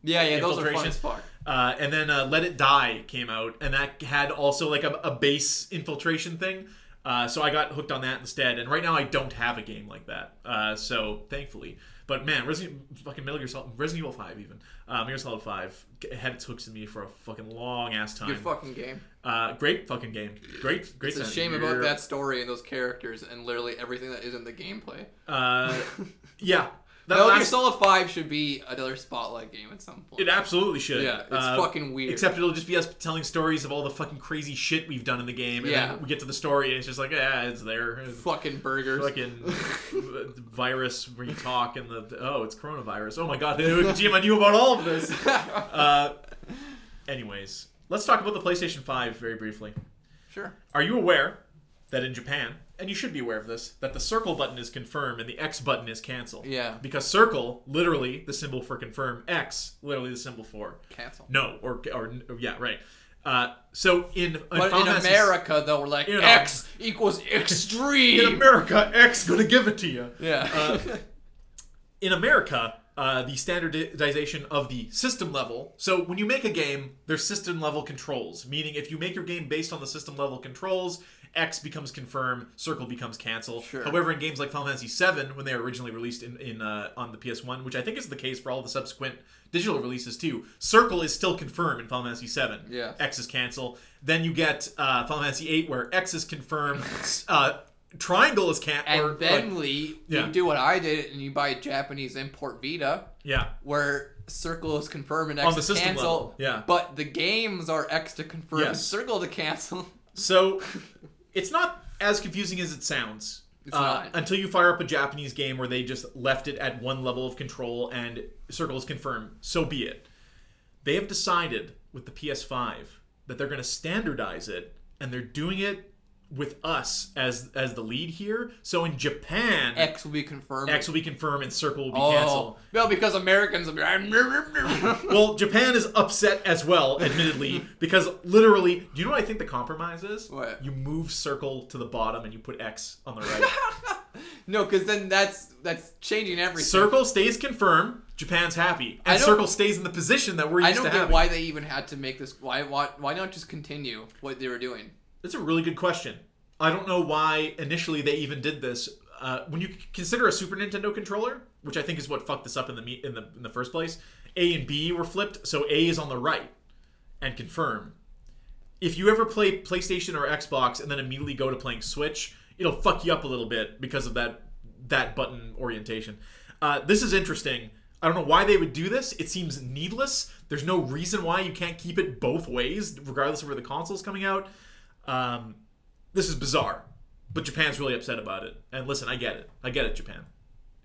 Speaker 2: Yeah, yeah, those are fun
Speaker 1: Infiltration.
Speaker 2: as fuck.
Speaker 1: Uh, and then uh, Let It Die came out, and that had also like a, a base infiltration thing. Uh, so I got hooked on that instead. And right now I don't have a game like that. Uh, so thankfully, but man, Resident fucking Metal Gear Solid, Resident Evil Five even, uh, Metal Gear Solid Five g- had its hooks in me for a fucking long ass time.
Speaker 2: Good fucking game.
Speaker 1: uh, great fucking game. Great, great.
Speaker 2: It's a
Speaker 1: time of
Speaker 2: shame
Speaker 1: year.
Speaker 2: about that story and those characters and literally everything that is in the gameplay.
Speaker 1: Uh, yeah, that
Speaker 2: Metal Gear
Speaker 1: last-
Speaker 2: Solid Five should be another spotlight game at some point.
Speaker 1: It absolutely should.
Speaker 2: yeah, it's
Speaker 1: Uh,
Speaker 2: fucking weird.
Speaker 1: Except it'll just be us telling stories of all the fucking crazy shit we've done in the game, and
Speaker 2: Yeah.
Speaker 1: then we get to the story, and it's just like, yeah, it's there. It's
Speaker 2: fucking burgers.
Speaker 1: fucking virus where you talk, and the oh, it's coronavirus. Oh my god, GM, I knew about all of this. Uh, anyways, let's talk about the PlayStation Five very briefly.
Speaker 2: sure.
Speaker 1: Are you aware that in Japan, and you should be aware of this, that the circle button is confirm and the X button is cancel?
Speaker 2: Yeah.
Speaker 1: Because circle, literally the symbol for confirm, X, literally the symbol for
Speaker 2: Cancel.
Speaker 1: no, or, or, yeah, right. Uh, so in, in
Speaker 2: But in
Speaker 1: Final Fantasy-
Speaker 2: America, though, we're like
Speaker 1: You know.
Speaker 2: X equals extreme.
Speaker 1: in America, X gonna give it to you.
Speaker 2: yeah.
Speaker 1: uh, in America, uh, the standardization of the system level. So when you make a game, there's system level controls, meaning if you make your game based on the system level controls, X becomes confirm, circle becomes cancel.
Speaker 2: Sure.
Speaker 1: However, in games like Final Fantasy VII, when they were originally released in, in uh, on the PS1, which I think is the case for all the subsequent digital releases too, circle is still confirm in Final Fantasy VII.
Speaker 2: Yeah.
Speaker 1: X is cancel. Then you get uh, Final Fantasy VIII, where X is confirm, s- uh, triangle is cancel.
Speaker 2: and then Lee,
Speaker 1: yeah.
Speaker 2: you do what I did, and you buy a Japanese import Vita,
Speaker 1: yeah.
Speaker 2: where circle is confirm and X
Speaker 1: On the
Speaker 2: is
Speaker 1: system
Speaker 2: cancel.
Speaker 1: level, yeah.
Speaker 2: But the games are X to confirm and
Speaker 1: Yes.
Speaker 2: circle to cancel.
Speaker 1: So it's not as confusing as it sounds.
Speaker 2: It's
Speaker 1: uh,
Speaker 2: not.
Speaker 1: Until you fire up a Japanese game where they just left it at one level of control and circles confirm, so be it. They have decided with the PS5 that they're going to standardize it, and they're doing it with us as as the lead here. So in Japan, X,
Speaker 2: X will be confirmed.
Speaker 1: will be confirm and circle will be
Speaker 2: oh.
Speaker 1: cancel.
Speaker 2: No, because Americans will be.
Speaker 1: Well, Japan is upset as well, admittedly, because literally, do you know what I think the compromise is?
Speaker 2: What?
Speaker 1: You move circle to the bottom and you put X on the right.
Speaker 2: no, because then that's that's changing everything.
Speaker 1: circle stays confirmed. Japan's happy, and
Speaker 2: don't-
Speaker 1: circle stays in the position that we're used
Speaker 2: I don't
Speaker 1: to
Speaker 2: get
Speaker 1: having.
Speaker 2: why they even had to make this. Why, why why not just continue what they were doing?
Speaker 1: That's a really good question. I don't know why initially they even did this. Uh, when you consider a Super Nintendo controller, which I think is what fucked this up in the me- in the in the first place, A and B were flipped, so A is on the right and confirm. If you ever play PlayStation or Xbox and then immediately go to playing Switch, it'll fuck you up a little bit because of that that button orientation. Uh, this is interesting. I don't know why they would do this. It seems needless. There's no reason why you can't keep it both ways, regardless of where the console's coming out. Um, this is bizarre, but Japan's really upset about it. And listen, I get it. I get it, Japan.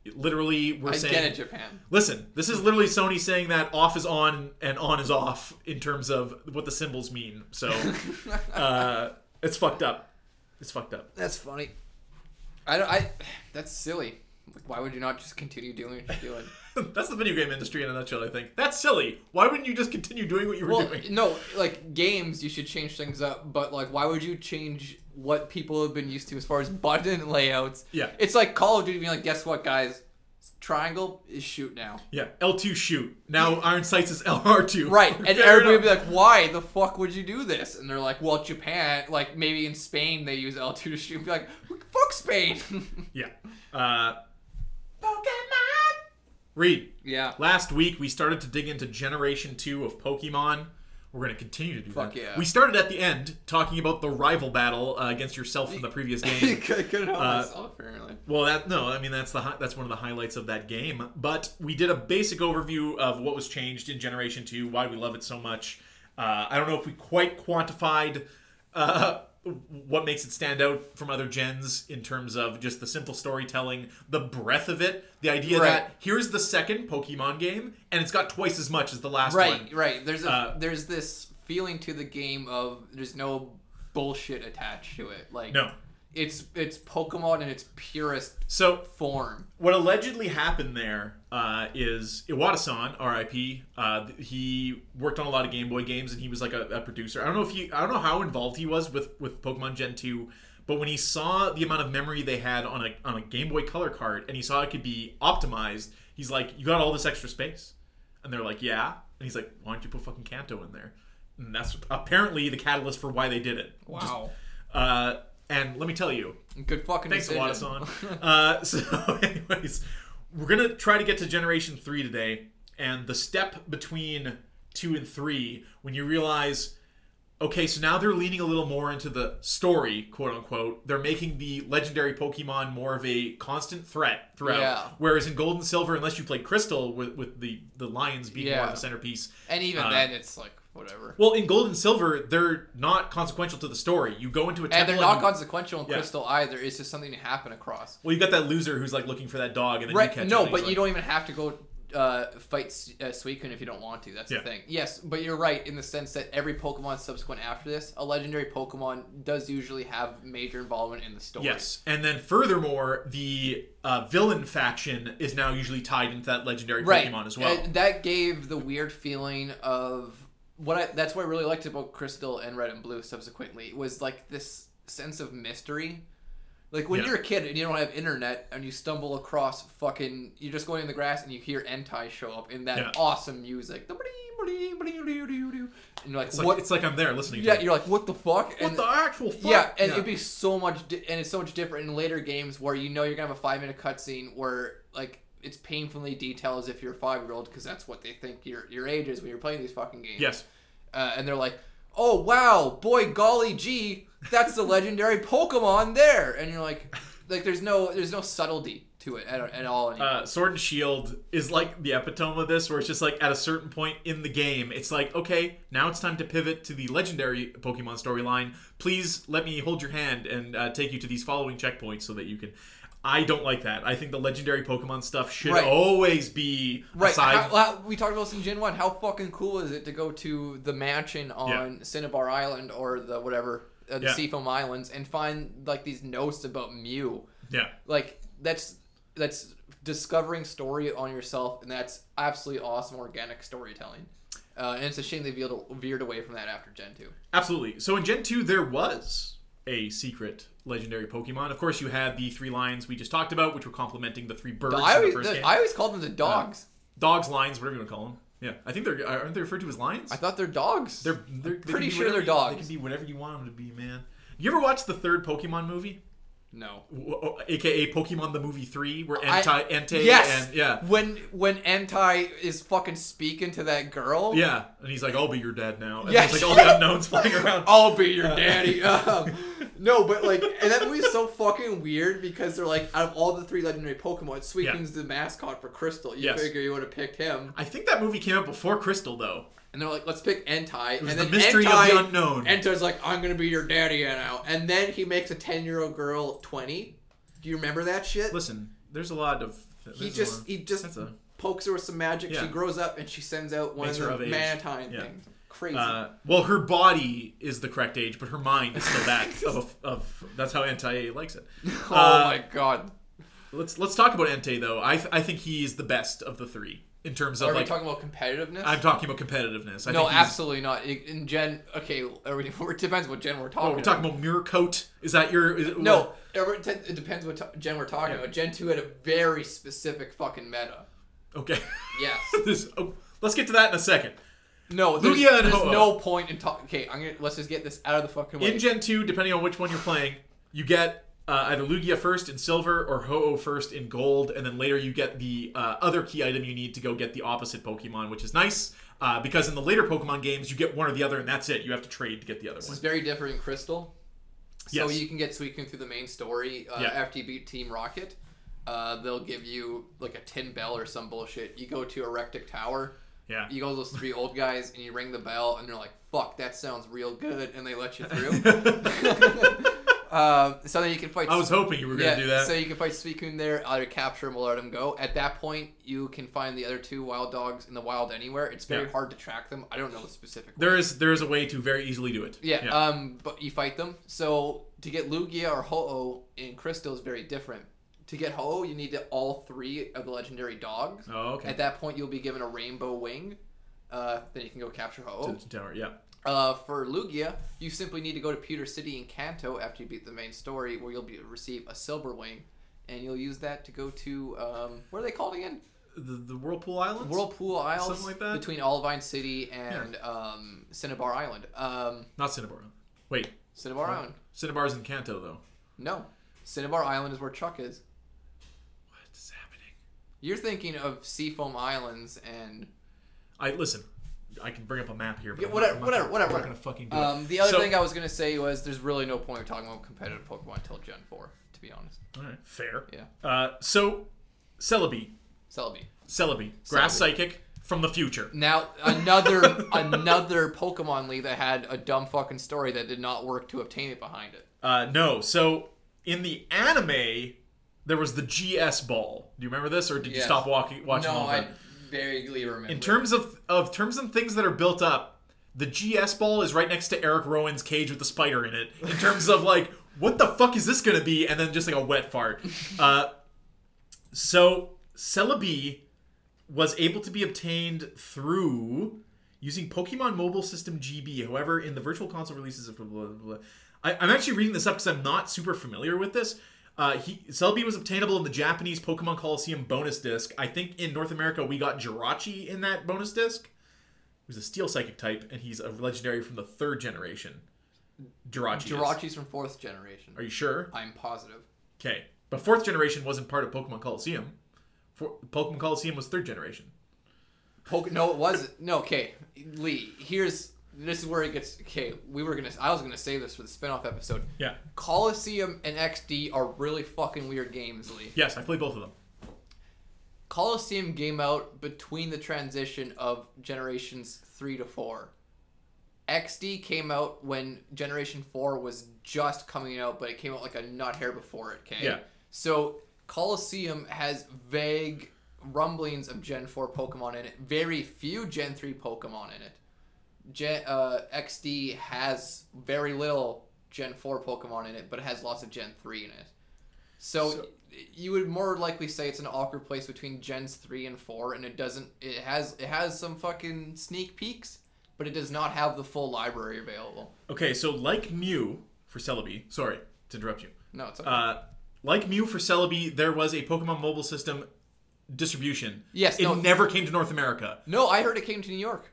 Speaker 1: It- literally, we're
Speaker 2: I
Speaker 1: saying.
Speaker 2: get it, Japan.
Speaker 1: Listen, this is literally Sony saying that off is on and on is off in terms of what the symbols mean. So uh, it's fucked up. It's fucked up.
Speaker 2: That's funny. I don't. I. That's silly. Like, why would you not just continue doing what you're doing?
Speaker 1: That's the video game industry in a nutshell. I think that's silly. Why wouldn't you just continue doing what you were
Speaker 2: well,
Speaker 1: doing?
Speaker 2: no. Like games, you should change things up. But like, why would you change what people have been used to as far as button layouts?
Speaker 1: Yeah.
Speaker 2: It's like Call of Duty being like, guess what, guys? Triangle is shoot now.
Speaker 1: Yeah, L two shoot. Now Iron Sights is LR two.
Speaker 2: Right, and everybody would be like, "Why the fuck would you do this?" And they're like, "Well, Japan, like maybe in Spain they use L two to shoot." Be like, "Fuck Spain."
Speaker 1: yeah. Uh,
Speaker 2: Pokemon.
Speaker 1: Reed,
Speaker 2: Yeah.
Speaker 1: last week we started to dig into Generation two of Pokemon. We're going to continue to do
Speaker 2: Fuck
Speaker 1: that.
Speaker 2: yeah.
Speaker 1: We started at the end talking about the rival battle uh, against yourself from the previous
Speaker 2: you
Speaker 1: game.
Speaker 2: couldn't help
Speaker 1: Uh,
Speaker 2: myself, apparently.
Speaker 1: Well, that no, I mean that's the hi- that's one of the highlights of that game. But we did a basic overview of what was changed in Generation Two, why we love it so much. Uh, I don't know if we quite quantified uh, what makes it stand out from other gens in terms of just the simple storytelling, the breadth of it, the idea
Speaker 2: Right.
Speaker 1: that here's the second Pokemon game and it's got twice as much as the last
Speaker 2: Right,
Speaker 1: one.
Speaker 2: right. There's a
Speaker 1: Uh,
Speaker 2: there's this feeling to the game of there's no bullshit attached to it. Like
Speaker 1: No.
Speaker 2: it's it's Pokemon in its purest
Speaker 1: So
Speaker 2: form.
Speaker 1: what allegedly happened there uh, is Iwata-san, R.I.P. Uh, th- he worked on a lot of Game Boy games, and he was like a, a producer. I don't know if he, I don't know how involved he was with with Pokemon Gen two, but when he saw the amount of memory they had on a on a Game Boy Color card, and he saw it could be optimized, he's like, "You got all this extra space," and they're like, "Yeah," and he's like, "Why don't you put fucking Kanto in there?" And that's apparently the catalyst for why they did it. Just-
Speaker 2: Wow.
Speaker 1: uh, and let me tell you,
Speaker 2: Good fucking
Speaker 1: Thanks a
Speaker 2: decision.
Speaker 1: lot, Hassan. Uh, so, anyways, we're gonna try to get to Generation Three today, and the step between two and three when you realize, okay, so now they're leaning a little more into the story, quote unquote. They're making the legendary Pokemon more of a constant threat throughout.
Speaker 2: Yeah.
Speaker 1: Whereas in Gold and Silver, unless you played Crystal with with the the lions being more
Speaker 2: Yeah.
Speaker 1: of a centerpiece,
Speaker 2: And even
Speaker 1: Uh,
Speaker 2: then it's like whatever.
Speaker 1: well, in Gold and Silver, they're not consequential to the story. You go into a temple
Speaker 2: And they're not
Speaker 1: you-
Speaker 2: consequential in
Speaker 1: Yeah.
Speaker 2: Crystal either. It's just something to happen across.
Speaker 1: well, you got that loser who's like looking for that dog, and then you
Speaker 2: Right.
Speaker 1: catch
Speaker 2: No,
Speaker 1: it, and he's
Speaker 2: but
Speaker 1: like-
Speaker 2: you don't even have to go uh, fight S- uh, Suicune if you don't want to. That's
Speaker 1: Yeah.
Speaker 2: the thing. Yes, but you're right in the sense that every Pokemon subsequent after this, a legendary Pokemon does usually have major involvement in the story.
Speaker 1: Yes, and then furthermore, the uh, villain faction is now usually tied into that legendary
Speaker 2: Right.
Speaker 1: Pokemon as well.
Speaker 2: Uh, that gave the weird feeling of what I that's what I really liked about Crystal and Red and Blue subsequently was like this sense of mystery. Like when
Speaker 1: Yeah.
Speaker 2: you're a kid and you don't have internet and you stumble across fucking you're just going in the grass and you hear Entai show up in that
Speaker 1: Yeah.
Speaker 2: awesome music. The bling, bling, bling, bling, bling, bling. And you're like,
Speaker 1: it's, like,
Speaker 2: what
Speaker 1: it's like I'm there listening.
Speaker 2: yeah,
Speaker 1: to it.
Speaker 2: you're like, what the fuck?
Speaker 1: what
Speaker 2: And-
Speaker 1: the actual fuck?
Speaker 2: yeah, and it'd be so much, di- and it's so much different in later games where you know you're gonna have a five minute cutscene where like it's painfully detailed as if you're a five year old because that's what they think your your age is when you're playing these fucking games.
Speaker 1: yes,
Speaker 2: Uh, and they're like, oh wow, boy golly gee, that's the legendary Pokemon there, and you're like, like there's no there's no subtlety to it at, at all anymore.
Speaker 1: uh, Sword and Shield is like the epitome of this, where it's just like at a certain point in the game, it's like okay, now it's time to pivot to the legendary Pokemon storyline. Please let me hold your hand and uh, take you to these following checkpoints so that you can. I don't like that. I think the legendary Pokemon stuff should
Speaker 2: Right.
Speaker 1: always be
Speaker 2: Right.
Speaker 1: aside
Speaker 2: How, how- we talked about this in Gen 1. How fucking cool is it to go to the mansion on Cinnabar Island or the whatever, uh, the
Speaker 1: Yeah.
Speaker 2: Seafoam Islands and find like these notes about Mew?
Speaker 1: yeah.
Speaker 2: Like that's that's discovering story on yourself and that's absolutely awesome organic storytelling. Uh, and it's a shame they veered, veered away from that after Gen 2.
Speaker 1: Absolutely. So in Gen 2, there was a secret legendary Pokemon. Of course, you had the three lions we just talked about, which were complementing the three birds
Speaker 2: I
Speaker 1: in the
Speaker 2: always,
Speaker 1: first
Speaker 2: the-
Speaker 1: game. Uh,
Speaker 2: I always called them the dogs.
Speaker 1: Dogs, lions, whatever you want to call them. Yeah, I think they're aren't they referred to as lions?
Speaker 2: I thought they're dogs.
Speaker 1: they're, they're they can
Speaker 2: pretty
Speaker 1: be
Speaker 2: sure
Speaker 1: whatever
Speaker 2: they're
Speaker 1: you-
Speaker 2: dogs.
Speaker 1: They can be whatever you want them to be, man. You ever watch the third Pokemon movie,
Speaker 2: no.
Speaker 1: W- o- aka Pokemon the movie three, where
Speaker 2: I-
Speaker 1: Entei, Entei,
Speaker 2: yes.
Speaker 1: and yeah,
Speaker 2: When when Entai is fucking speaking to that girl.
Speaker 1: yeah, and he's like, "I'll be your dad now," and
Speaker 2: Yes.
Speaker 1: there's like all the unknowns flying around.
Speaker 2: I'll be your daddy. Um, no, but like, and that movie's so fucking weird because they're like, out of all the three legendary Pokemon, Suicune's the mascot for Crystal. You
Speaker 1: Yes.
Speaker 2: figure you would have picked him,
Speaker 1: I think that movie came out before Crystal, though.
Speaker 2: and they're like, let's pick Entai, and
Speaker 1: was
Speaker 2: then
Speaker 1: the mystery of
Speaker 2: Entei,
Speaker 1: the unknown.
Speaker 2: Entei's like, I'm gonna be your daddy now, and then he makes a ten year old girl twenty. Do you remember that shit?
Speaker 1: Listen, there's a lot of
Speaker 2: he
Speaker 1: there's a
Speaker 2: just
Speaker 1: lot-
Speaker 2: he just
Speaker 1: that's a-
Speaker 2: pokes her with some magic.
Speaker 1: Yeah.
Speaker 2: She grows up and she sends out one
Speaker 1: Makes her
Speaker 2: of
Speaker 1: of
Speaker 2: the
Speaker 1: age.
Speaker 2: Manatine
Speaker 1: Yeah.
Speaker 2: things. Crazy.
Speaker 1: Uh, well, her body is the correct age, but her mind is still that of, of that's how Entei likes it.
Speaker 2: oh
Speaker 1: uh,
Speaker 2: my god.
Speaker 1: Let's let's talk about Entei though. I th- I think he's the best of the three in terms of
Speaker 2: Are
Speaker 1: like
Speaker 2: we talking about competitiveness?
Speaker 1: I'm talking about competitiveness. I
Speaker 2: No,
Speaker 1: think he's-
Speaker 2: absolutely not. In- In Gen, okay, are we, it depends what Gen we're talking.
Speaker 1: Oh, we're talking about Miracote. Is that your? Is,
Speaker 2: No, it te- it depends what t- Gen we're talking about. Gen two had a very specific fucking meta.
Speaker 1: Okay.
Speaker 2: Yes.
Speaker 1: This- oh, let's get to that in a second.
Speaker 2: No, there's,
Speaker 1: Lugia and
Speaker 2: there's
Speaker 1: Ho-Oh.
Speaker 2: no point in talking. Okay, I'm gonna let's just get this out of the fucking way.
Speaker 1: In Gen two, depending on which one you're playing, you get. Uh, either Lugia first in silver or Ho-Oh first in gold, and then later you get the uh, other key item you need to go get the opposite Pokemon, which is nice. Uh, because in the later Pokemon games, you get one or the other, and that's it. You have to trade to get the other
Speaker 2: This
Speaker 1: one.
Speaker 2: is very different in Crystal. So
Speaker 1: Yes.
Speaker 2: you can get Suicune through the main story uh,
Speaker 1: Yeah.
Speaker 2: after you beat Team Rocket. Uh, they'll give you like a tin bell or some bullshit. You go to Erectic Tower.
Speaker 1: Yeah.
Speaker 2: You go to those three old guys and you ring the bell, and they're like, "Fuck, that sounds real good," and they let you through. um, so then you can fight.
Speaker 1: I was hoping you were going to
Speaker 2: yeah,
Speaker 1: do that.
Speaker 2: so you can fight Suicune there, either capture him or let him go. At that point, you can find the other two wild dogs in the wild anywhere. It's very
Speaker 1: Yeah.
Speaker 2: hard to track them. I don't know the specific.
Speaker 1: there is there is a way to very easily do it.
Speaker 2: Yeah, um, but you fight them. So to get Lugia or Ho-Oh in Crystal is very different. To get Ho-Oh, you need to all three of the legendary dogs.
Speaker 1: oh, okay.
Speaker 2: At that point, you'll be given a rainbow wing. Uh, then you can go capture Ho-Oh.
Speaker 1: Detention Tower. Yeah.
Speaker 2: Uh, for Lugia, you simply need to go to Pewter City in Kanto after you beat the main story, where you'll be receive a silver wing, and you'll use that to go to um, what are they called again?
Speaker 1: The, the Whirlpool Islands.
Speaker 2: Whirlpool Isles,
Speaker 1: Something like that?
Speaker 2: between Olivine City and um, Cinnabar Island. Um,
Speaker 1: Not Cinnabar. Wait,
Speaker 2: Cinnabar Island.
Speaker 1: Cinnabar's in Kanto though.
Speaker 2: No. Cinnabar Island is where Chuck is.
Speaker 1: What is happening?
Speaker 2: You're thinking of Seafoam Islands and
Speaker 1: I listen. I can bring up a map here. But
Speaker 2: Yeah,
Speaker 1: I'm not-
Speaker 2: whatever-
Speaker 1: I'm not
Speaker 2: whatever,
Speaker 1: gonna-
Speaker 2: whatever.
Speaker 1: I'm not gonna fucking do
Speaker 2: um,
Speaker 1: it.
Speaker 2: the other
Speaker 1: So-
Speaker 2: thing I was gonna say was there's really no point in talking about competitive Pokemon until Gen four, to be honest.
Speaker 1: All right, fair.
Speaker 2: Yeah.
Speaker 1: Uh, so, Celebi,
Speaker 2: Celebi.
Speaker 1: Celebi, grass
Speaker 2: Celebi.
Speaker 1: psychic from the future.
Speaker 2: Now another another Pokemon League that had a dumb fucking story that did not work to obtain it behind it.
Speaker 1: Uh, no, so in the anime, there was the GS ball. Do you remember this, or did you
Speaker 2: Yes.
Speaker 1: stop walking, watching? all that?
Speaker 2: vaguely remember.
Speaker 1: In terms of of terms and things that are built up, the GS ball is right next to Eric Rowan's cage with the spider in it. In terms of like, what the fuck is this gonna be? And then just like a wet fart. Uh, so Celebi was able to be obtained through using Pokemon Mobile System GB. However, in the Virtual Console releases of blah, blah, blah, blah. I, I'm actually reading this up because I'm not super familiar with this. Uh, he Celebi was obtainable in the Japanese Pokemon Coliseum bonus disc. I think in North America we got Jirachi in that bonus disc. He was a Steel Psychic type, and he's a legendary from the third generation. Jirachi. is.
Speaker 2: Jirachi's from fourth generation.
Speaker 1: Are you sure?
Speaker 2: I'm positive.
Speaker 1: Okay, but fourth generation wasn't part of Pokemon Coliseum. For, Pokemon Coliseum was third generation.
Speaker 2: Poke- no, it wasn't. No, okay, Lee. Here's this is where it gets. Okay, we were gonna. I was gonna save this for the spinoff episode.
Speaker 1: Yeah.
Speaker 2: Coliseum and XD are really fucking weird games, Lee.
Speaker 1: Yes, I played both of them.
Speaker 2: Coliseum came out between the transition of generations three to four. XD came out when Generation Four was just coming out, but it came out like a nut hair before it. Okay.
Speaker 1: Yeah.
Speaker 2: So Coliseum has vague rumblings of Gen Four Pokemon in it. Very few Gen Three Pokemon in it. Gen, uh, XD has very little Gen 4 Pokemon in it, but it has lots of Gen 3 in it. So,
Speaker 1: So-
Speaker 2: you would more likely say it's an awkward place between Gens 3 and 4 and it doesn't it has it has some fucking sneak peeks, but it does not have the full library available.
Speaker 1: Okay, so like Mew for Celebi, sorry to interrupt you.
Speaker 2: No, it's okay.
Speaker 1: Uh, like Mew for Celebi, there was a Pokemon Mobile System distribution.
Speaker 2: Yes,
Speaker 1: it
Speaker 2: no.
Speaker 1: never came to North America.
Speaker 2: no, I heard it came to New York.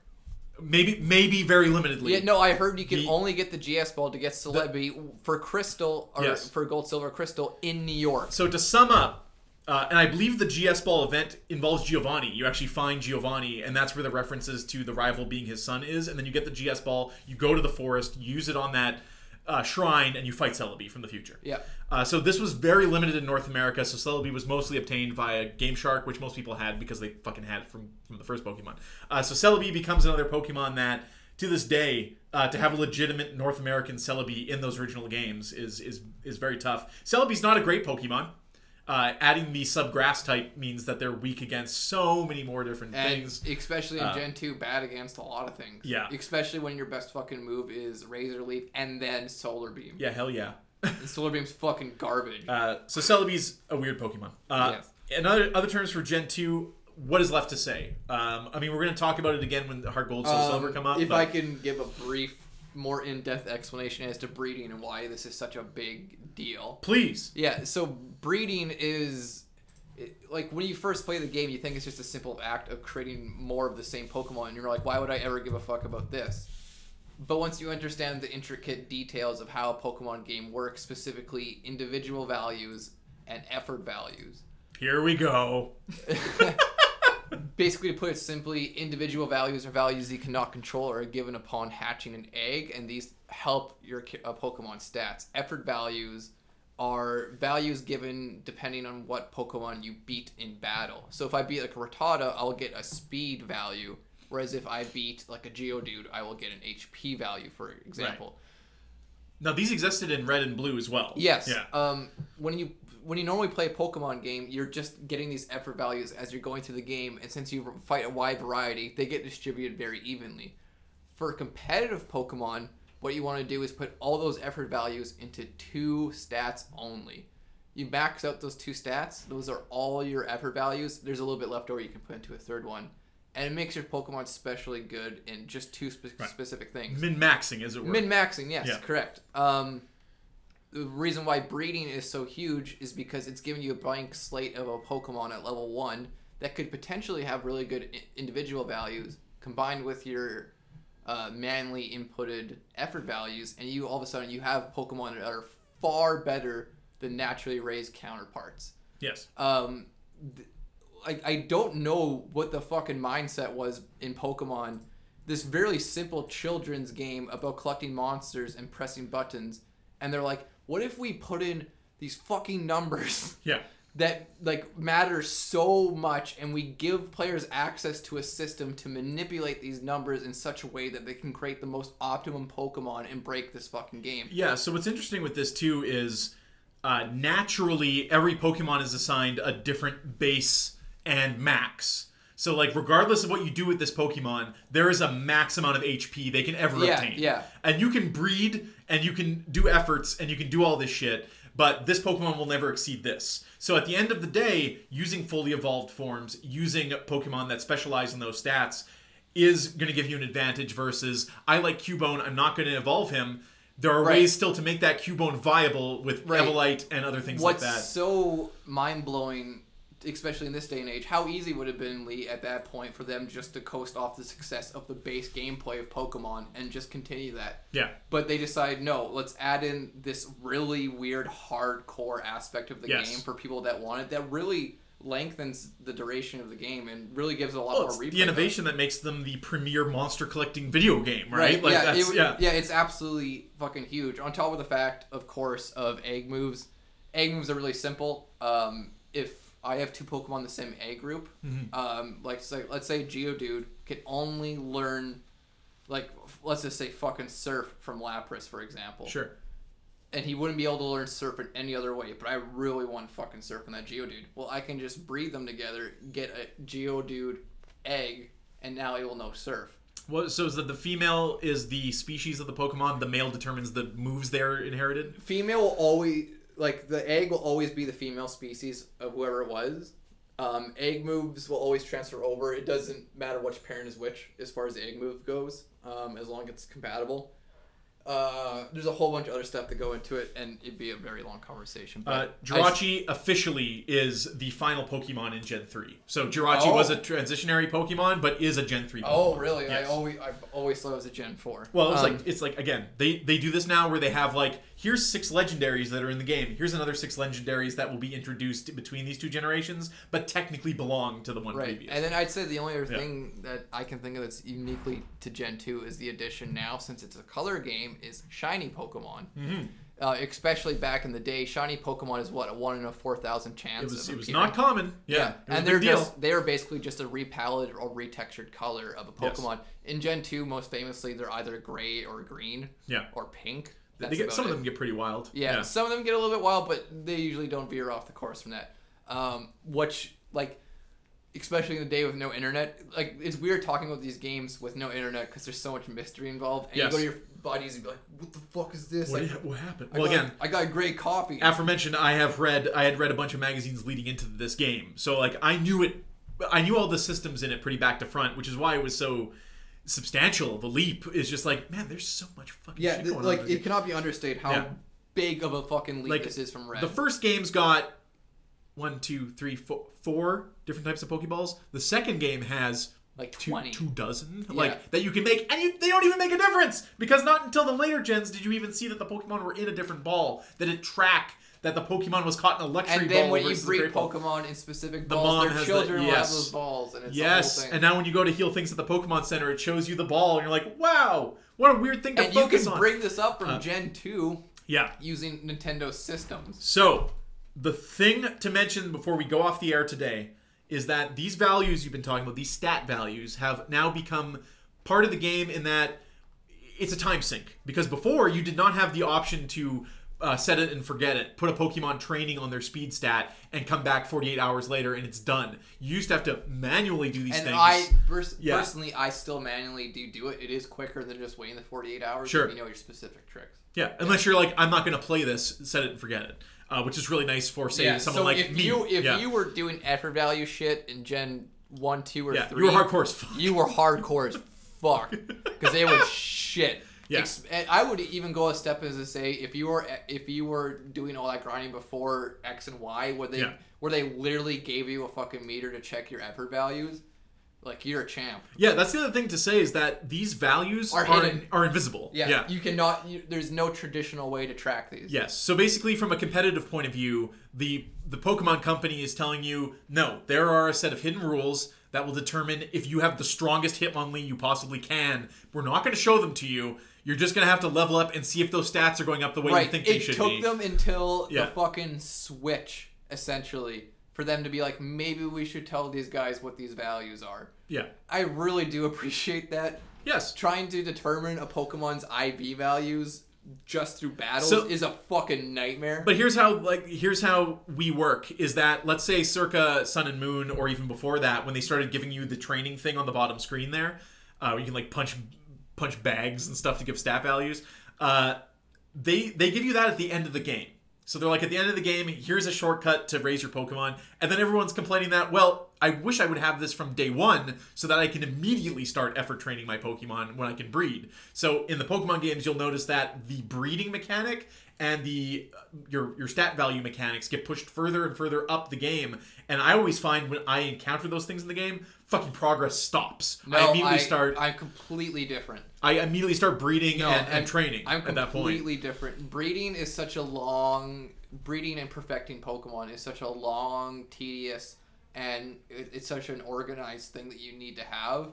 Speaker 1: Maybe, maybe very limitedly.
Speaker 2: Yeah, no, I heard you can
Speaker 1: The-
Speaker 2: only get the GS ball to get Celebi for crystal or
Speaker 1: Yes.
Speaker 2: for gold silver crystal in New York.
Speaker 1: So to sum up, uh, and I believe the GS Ball event involves Giovanni. You actually find Giovanni, and that's where the references to the rival being his son is. And then you get the GS Ball. You go to the forest, use it on that uh, shrine, and you fight Celebi from the future.
Speaker 2: Yeah.
Speaker 1: Uh, so this was very limited in North America. So Celebi was mostly obtained via Game Shark, which most people had because they fucking had it from from the first Pokemon. Uh, so Celebi becomes another Pokemon that, to this day, uh, to have a legitimate North American Celebi in those original games is is is very tough. Celebi's not a great Pokemon. Uh, adding the subgrass type means that they're weak against so many more different
Speaker 2: And
Speaker 1: things. uh,
Speaker 2: especially in Gen 2, bad against a lot of things.
Speaker 1: Yeah.
Speaker 2: Especially when your best fucking move is Razor Leaf and then Solar Beam.
Speaker 1: Yeah, hell yeah.
Speaker 2: And Solar Beam's fucking garbage.
Speaker 1: Uh, so Celebi's a weird Pokemon. Uh,
Speaker 2: Yes.
Speaker 1: In other other terms for Gen two, what is left to say? Um, I mean, we're going to talk about it again when the Heart Gold Soul
Speaker 2: Um,
Speaker 1: Silver come up.
Speaker 2: if
Speaker 1: but
Speaker 2: I can give a brief, more in depth explanation as to breeding and why this is such a big deal.
Speaker 1: please,
Speaker 2: Yeah, so breeding is it- like when you first play the game, you think it's just a simple act of creating more of the same Pokemon, and you're like, why would I ever give a fuck about this? But once you understand the intricate details of how a Pokemon game works, specifically individual values and effort values,
Speaker 1: here we go.
Speaker 2: basically to put it simply, individual values are values you cannot control or are given upon hatching an egg, and these help your ki- uh, Pokemon stats. Effort values are values given depending on what Pokemon you beat in battle. So if I beat like a Rattata, I'll get a speed value, whereas if I beat like a Geodude, I will get an HP value, for example.
Speaker 1: Now these existed in red and blue as well.
Speaker 2: Yes.
Speaker 1: Yeah.
Speaker 2: Um, when you when you normally play a Pokemon game, you're just getting these effort values as you're going through the game, and since you fight a wide variety, they get distributed very evenly. For competitive Pokemon, what you want to do is put all those effort values into two stats only. You max out those two stats; those are all your effort values. There's a little bit left over you can put into a third one, and it makes your Pokemon specially good in just two spe- specific things.
Speaker 1: Min maxing, as it were.
Speaker 2: Min maxing, yes,
Speaker 1: Yeah.
Speaker 2: correct. Um, the reason why breeding is so huge is because it's giving you a blank slate of a Pokemon at level one that could potentially have really good I- individual values combined with your uh, manly inputted effort values, and you all of a sudden you have Pokemon that are far better than naturally raised counterparts
Speaker 1: yes.
Speaker 2: um, th- I, I don't know what the fucking mindset was in Pokemon. This very simple children's game about collecting monsters and pressing buttons, and they're like, what if we put in these fucking numbers
Speaker 1: Yeah.
Speaker 2: that like matter so much, and we give players access to a system to manipulate these numbers in such a way that they can create the most optimum Pokemon and break this fucking game?
Speaker 1: Yeah, so what's interesting with this too is uh, naturally every Pokemon is assigned a different base and max. So like regardless of what you do with this Pokemon, there is a max amount of HP they can ever
Speaker 2: Yeah,
Speaker 1: obtain.
Speaker 2: yeah.
Speaker 1: And you can breed and you can do efforts and you can do all this shit, but this Pokemon will never exceed this. So at the end of the day, using fully evolved forms, using Pokemon that specialize in those stats is going to give you an advantage versus I like Cubone, I'm not going to evolve him. There are
Speaker 2: Right.
Speaker 1: ways still to make that Cubone viable with
Speaker 2: Right.
Speaker 1: Evolite and other things
Speaker 2: What's
Speaker 1: like that.
Speaker 2: so mind blowing, especially in this day and age, how easy would it have been Lee at that point for them just to coast off the success of the base gameplay of Pokemon and just continue that.
Speaker 1: Yeah.
Speaker 2: But they decide no, let's add in this really weird hardcore aspect of the
Speaker 1: Yes.
Speaker 2: game for people that want it. That really lengthens the duration of the game and really gives it a lot
Speaker 1: Well,
Speaker 2: more
Speaker 1: it's
Speaker 2: replay.
Speaker 1: the innovation that makes them the premier monster collecting video game, right? Like
Speaker 2: yeah,
Speaker 1: that's
Speaker 2: it-
Speaker 1: yeah.
Speaker 2: it's absolutely fucking huge. On top of the fact, of course, of egg moves. Egg moves are really simple. Um, if I have two Pokemon in the same egg group,
Speaker 1: Mm-hmm.
Speaker 2: um, like say, let's say Geodude can only learn, like f- let's just say fucking Surf from Lapras, for example.
Speaker 1: Sure.
Speaker 2: And he wouldn't be able to learn Surf in any other way. But I really want fucking Surf and that Geodude. Well, I can just breed them together, get a Geodude egg, and now he will know Surf.
Speaker 1: What, so is that the female is the species of the Pokemon, the male determines the moves they're inherited?
Speaker 2: female will always like the egg will always be the female species of whoever it was. Um, egg moves will always transfer over. It doesn't matter which parent is which as far as the egg move goes, um, as long as it's compatible. Uh, there's a whole bunch of other stuff to go into it, and it'd be a very long conversation.
Speaker 1: Uh,
Speaker 2: But I-
Speaker 1: Jirachi officially is the final Pokemon in Gen 3. So Jirachi
Speaker 2: Oh.
Speaker 1: was a transitionary Pokemon, but is a Gen 3 Pokemon.
Speaker 2: oh, really? I
Speaker 1: Yes.
Speaker 2: always I always thought it was a Gen Four.
Speaker 1: Well, it's
Speaker 2: Um,
Speaker 1: like it's like again, they they do this now where they have like here's six legendaries that are in the game. Here's another six legendaries that will be introduced between these two generations, but technically belong to the one
Speaker 2: Right.
Speaker 1: previous.
Speaker 2: And then I'd say the only other thing that I can think of that's uniquely to Gen 2 is the addition now, since it's a color game, is shiny Pokemon. Mm-hmm. Uh, especially back in the day, shiny Pokemon is what a one in a four thousand chance.
Speaker 1: it was
Speaker 2: of
Speaker 1: it was
Speaker 2: appearing.
Speaker 1: not common. Yeah, it was
Speaker 2: and
Speaker 1: a
Speaker 2: they're
Speaker 1: big deal.
Speaker 2: just they are basically just a repalleted or retextured color of a
Speaker 1: Yes.
Speaker 2: Pokemon. In Gen 2, most famously, they're either gray or green.
Speaker 1: Yeah.
Speaker 2: Or pink.
Speaker 1: they
Speaker 2: That's
Speaker 1: get,
Speaker 2: about
Speaker 1: some
Speaker 2: it.
Speaker 1: of them get pretty wild.
Speaker 2: Yeah, some of them get a little bit wild, but they usually don't veer off the course from that. Um, which, like, especially in the day with no internet, like, it's weird talking about these games with no internet because there's so much mystery involved. And
Speaker 1: Yes.
Speaker 2: you go to your buddies and be like, what the fuck is this?
Speaker 1: What,
Speaker 2: Like,
Speaker 1: what happened?
Speaker 2: I
Speaker 1: Well,
Speaker 2: got,
Speaker 1: again,
Speaker 2: I got great coffee.
Speaker 1: aforementioned i have read i had read a bunch of magazines leading into this game so like i knew it i knew all the systems in it pretty back to front which is why it was so substantial the leap is just like man there's so much fucking
Speaker 2: yeah,
Speaker 1: shit
Speaker 2: th-
Speaker 1: going on
Speaker 2: like,
Speaker 1: in this
Speaker 2: it cannot be understated how
Speaker 1: Yeah.
Speaker 2: big of a fucking leap
Speaker 1: Like,
Speaker 2: this is from Red.
Speaker 1: the first game's got one, two, three, four, four different types of Pokeballs. The second game has
Speaker 2: like
Speaker 1: two,
Speaker 2: twenty.
Speaker 1: two dozen
Speaker 2: Yeah.
Speaker 1: like that you can make and you, they don't even make a difference because not until the later gens did you even see that the pokemon were in a different ball that it track that the pokemon was caught in a luxury
Speaker 2: and then
Speaker 1: ball
Speaker 2: when you
Speaker 1: versus the
Speaker 2: breed
Speaker 1: great ball.
Speaker 2: Pokemon in specific
Speaker 1: The
Speaker 2: balls,
Speaker 1: mom
Speaker 2: their
Speaker 1: has the-
Speaker 2: children will have
Speaker 1: yes.
Speaker 2: those balls, and it's the
Speaker 1: yes
Speaker 2: whole thing.
Speaker 1: and now when you go to heal things at the pokemon center it shows you the ball and you're like wow what a weird thing to
Speaker 2: and you
Speaker 1: focus
Speaker 2: can
Speaker 1: on
Speaker 2: bring this up from
Speaker 1: Uh,
Speaker 2: Gen two
Speaker 1: yeah
Speaker 2: using Nintendo systems.
Speaker 1: So, the thing to mention before we go off the air today is that these values you've been talking about, these stat values, have now become part of the game in that it's a time sink. Because before, you did not have the option to uh, set it and forget it, put a Pokemon training on their speed stat, and come back 48 hours later and it's done. You used to have to manually do these
Speaker 2: And
Speaker 1: things.
Speaker 2: I pers-
Speaker 1: Yeah.
Speaker 2: personally, I still manually do do it. It is quicker than just waiting the forty eight hours.
Speaker 1: Sure.
Speaker 2: if you know your specific tricks.
Speaker 1: yeah, unless you're like, I'm not going to play this, set it and forget it. Uh, which is really nice for, say, someone
Speaker 2: so
Speaker 1: like
Speaker 2: if
Speaker 1: me.
Speaker 2: you if
Speaker 1: yeah.
Speaker 2: you were doing effort value shit in Gen one, two, or
Speaker 1: yeah,
Speaker 2: three,
Speaker 1: you were hardcore as fuck.
Speaker 2: you were hardcore as fuck because they would shit.
Speaker 1: Yeah.
Speaker 2: Ex- and I would even go a step as to say if you were if you were doing all that grinding before X and Y, where they
Speaker 1: Yeah.
Speaker 2: where they literally gave you a fucking meter to check your effort values, like you're a champ.
Speaker 1: Yeah, that's the other thing to say is that these values
Speaker 2: Are
Speaker 1: are
Speaker 2: hidden.
Speaker 1: are invisible.
Speaker 2: Yeah, you cannot. You, there's no traditional way to track these.
Speaker 1: Yes. So basically, from a competitive point of view, the the Pokemon company is telling you no, there are a set of hidden rules that will determine if you have the strongest Hitmonlee you possibly can. We're not going to show them to you. You're just going to have to level up and see if those stats are going up the way you
Speaker 2: right.
Speaker 1: think they
Speaker 2: It
Speaker 1: should
Speaker 2: took
Speaker 1: be.
Speaker 2: them until
Speaker 1: Yeah.
Speaker 2: the fucking switch essentially for them to be like, maybe we should tell these guys what these values are.
Speaker 1: yeah.
Speaker 2: I really do appreciate that.
Speaker 1: Yes.
Speaker 2: trying to determine a Pokemon's IV values just through battles
Speaker 1: So-
Speaker 2: is a fucking nightmare.
Speaker 1: But here's how like here's how we work is that let's say circa Sun and Moon or even before that when they started giving you the training thing on the bottom screen there, uh, where you can like punch punch bags and stuff to give stat values. Uh, they they give you that at the end of the game. So they're like at the end of the game, here's a shortcut to raise your Pokemon, and then everyone's complaining that well, I wish I would have this from day one so that I can immediately start effort training my Pokemon when I can breed. So in the Pokemon games, you'll notice that the breeding mechanic and the uh, your your stat value mechanics get pushed further and further up the game. And I always find when I encounter those things in the game, fucking progress stops.
Speaker 2: no,
Speaker 1: I immediately
Speaker 2: I,
Speaker 1: start
Speaker 2: I'm completely different.
Speaker 1: I immediately start breeding
Speaker 2: No,
Speaker 1: and,
Speaker 2: I'm-
Speaker 1: and training
Speaker 2: I'm
Speaker 1: at that point.
Speaker 2: completely different. Breeding is such a long. Breeding and perfecting Pokemon is such a long, tedious, and it, it's such an organized thing that you need to have.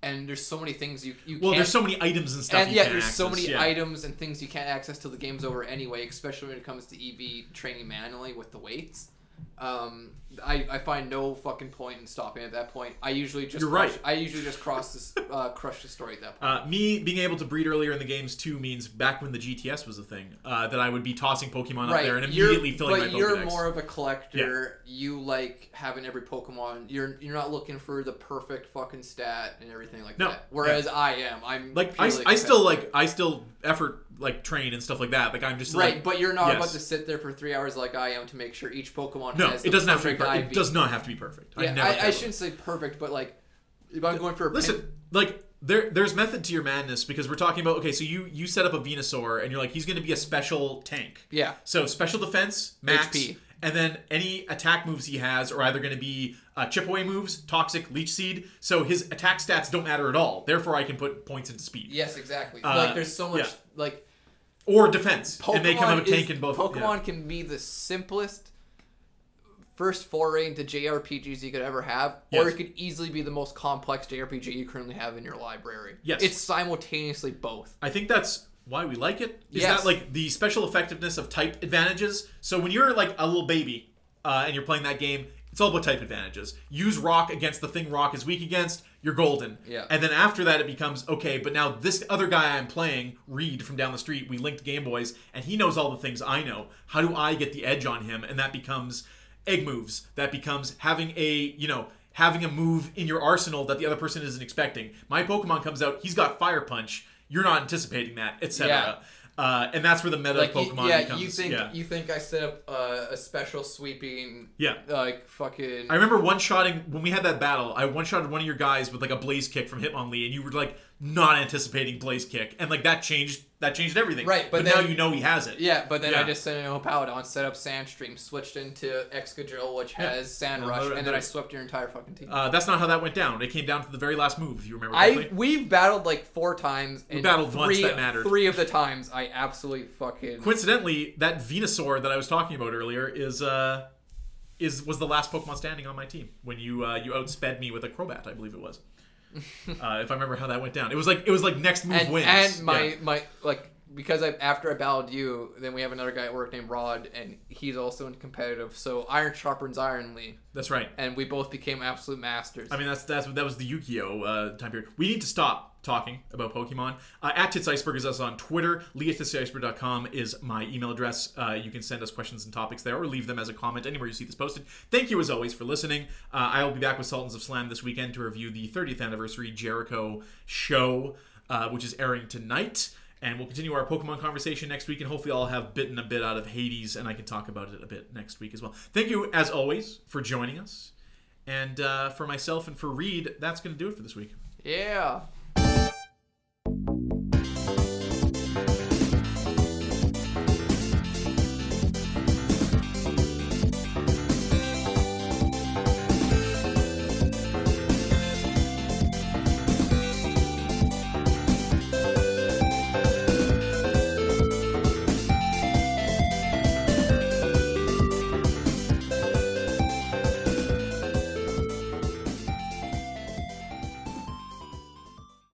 Speaker 2: And there's so many things you you
Speaker 1: Well,
Speaker 2: can't
Speaker 1: there's so many items and stuff.
Speaker 2: and
Speaker 1: you
Speaker 2: yeah,
Speaker 1: can
Speaker 2: there's so
Speaker 1: access,
Speaker 2: many
Speaker 1: yeah.
Speaker 2: items and things you can't access till the game's over anyway, especially when it comes to EV training manually with the weights. Um, I, I find no fucking point in stopping at that point. I usually just
Speaker 1: You're
Speaker 2: crush,
Speaker 1: right.
Speaker 2: I usually just cross this uh, crush the story at that point.
Speaker 1: Uh, me being able to breed earlier in the games too means back when the GTS was a thing uh, that I would be tossing Pokemon up
Speaker 2: right,
Speaker 1: there and
Speaker 2: you're-
Speaker 1: immediately filling
Speaker 2: but
Speaker 1: my
Speaker 2: you're
Speaker 1: Pokedex.
Speaker 2: more of a collector. You like having every Pokemon. You're you're not looking for the perfect fucking stat and everything like
Speaker 1: No,
Speaker 2: that. Whereas I am. I'm
Speaker 1: like I,
Speaker 2: purely
Speaker 1: I still
Speaker 2: competitive.
Speaker 1: like I still effort like train and stuff like that. Like I'm just
Speaker 2: Right,
Speaker 1: like
Speaker 2: but you're not
Speaker 1: yes.
Speaker 2: about to sit there for three hours like I am to make sure each Pokemon
Speaker 1: no,
Speaker 2: has
Speaker 1: it
Speaker 2: the
Speaker 1: doesn't have to be
Speaker 2: perfect
Speaker 1: perfect.
Speaker 2: IV.
Speaker 1: It does not have to be perfect.
Speaker 2: Yeah,
Speaker 1: I never care
Speaker 2: I, I
Speaker 1: about
Speaker 2: shouldn't say perfect, but like if I'm going for a pin-
Speaker 1: Listen, like there there's method to your madness because we're talking about okay, so you you set up a Venusaur and you're like he's going to be a special tank.
Speaker 2: yeah,
Speaker 1: So special defense, max,
Speaker 2: HP.
Speaker 1: and then any attack moves he has are either going to be uh, chip away moves, toxic, leech seed. So his attack stats don't matter at all. Therefore, I can put points into speed
Speaker 2: yes, exactly.
Speaker 1: Uh,
Speaker 2: like there's so much
Speaker 1: yeah.
Speaker 2: like
Speaker 1: or defense,
Speaker 2: Pokemon
Speaker 1: and make him have a
Speaker 2: is-
Speaker 1: tank in both. yeah.
Speaker 2: Pokemon can be the simplest first foray into JRPGs you could ever have, or
Speaker 1: Yes.
Speaker 2: it could easily be the most complex JRPG you currently have in your library.
Speaker 1: Yes.
Speaker 2: it's simultaneously both.
Speaker 1: I think that's why we like it. Is
Speaker 2: Yes.
Speaker 1: that like the special effectiveness of type advantages? So when you're like a little baby uh, and you're playing that game, it's all about type advantages. Use rock against the thing rock is weak against. You're golden.
Speaker 2: Yeah.
Speaker 1: And then after that, it becomes okay. But now this other guy I'm playing, Reed from down the street, we linked Game Boys, and he knows all the things I know. How do I get the edge on him? And that becomes egg moves. That becomes having a you know having a move in your arsenal that the other person isn't expecting. My Pokemon comes out. He's got Fire Punch. You're not anticipating that, etc. Uh, and that's where the meta
Speaker 2: Like
Speaker 1: of
Speaker 2: you,
Speaker 1: Pokemon
Speaker 2: yeah,
Speaker 1: becomes.
Speaker 2: you think
Speaker 1: yeah.
Speaker 2: you think I set up uh, a special sweeping
Speaker 1: yeah.
Speaker 2: like fucking
Speaker 1: I remember one shotting when we had that battle. I one shotted one of your guys with like a blaze kick from Hitmonlee, and you were like, not anticipating Blaze kick, and like that changed that changed everything.
Speaker 2: Right, but
Speaker 1: now
Speaker 2: then-
Speaker 1: you know he has it.
Speaker 2: Yeah, but then I
Speaker 1: Yeah.
Speaker 2: just set an Opaladon, set up Sandstream, switched into Excadrill, which has Sand
Speaker 1: And
Speaker 2: Rush,
Speaker 1: they're-
Speaker 2: and then I
Speaker 1: they're-
Speaker 2: swept your entire fucking team.
Speaker 1: Uh, that's not how that went down. It came down to the very last move, if you remember correctly.
Speaker 2: I we've battled like four times. And
Speaker 1: battled
Speaker 2: three,
Speaker 1: once, that mattered.
Speaker 2: Three of the times I absolutely fucking
Speaker 1: Coincidentally, that Venusaur that I was talking about earlier is uh is was the last Pokemon standing on my team when you uh, you outsped me with a Crobat, I believe it was. uh, if I remember how that went down, it was like it was like next move
Speaker 2: and,
Speaker 1: wins.
Speaker 2: and my
Speaker 1: Yeah.
Speaker 2: my like because I after I battled you, then we have another guy at work named Rod, and he's also in competitive. So iron sharpens ironly,
Speaker 1: that's right.
Speaker 2: and we both became absolute masters.
Speaker 1: I mean that's that's that was the Yu-Gi-Oh uh, time period. We need to stop talking about Pokemon. Uh, at Tits Iceberg is us on Twitter. Lee at titsIceberg.com is my email address. Uh, you can send us questions and topics there, or leave them as a comment anywhere you see this posted. Thank you as always for listening. Uh, I will be back with Sultans of Slam this weekend to review the 30th anniversary Jericho show, uh, which is airing tonight. And we'll continue our Pokemon conversation next week, and hopefully, I'll have bitten a bit out of Hades, and I can talk about it a bit next week as well. Thank you, as always, for joining us. And uh, for myself and for Reed, that's going to do it for this week.
Speaker 2: yeah.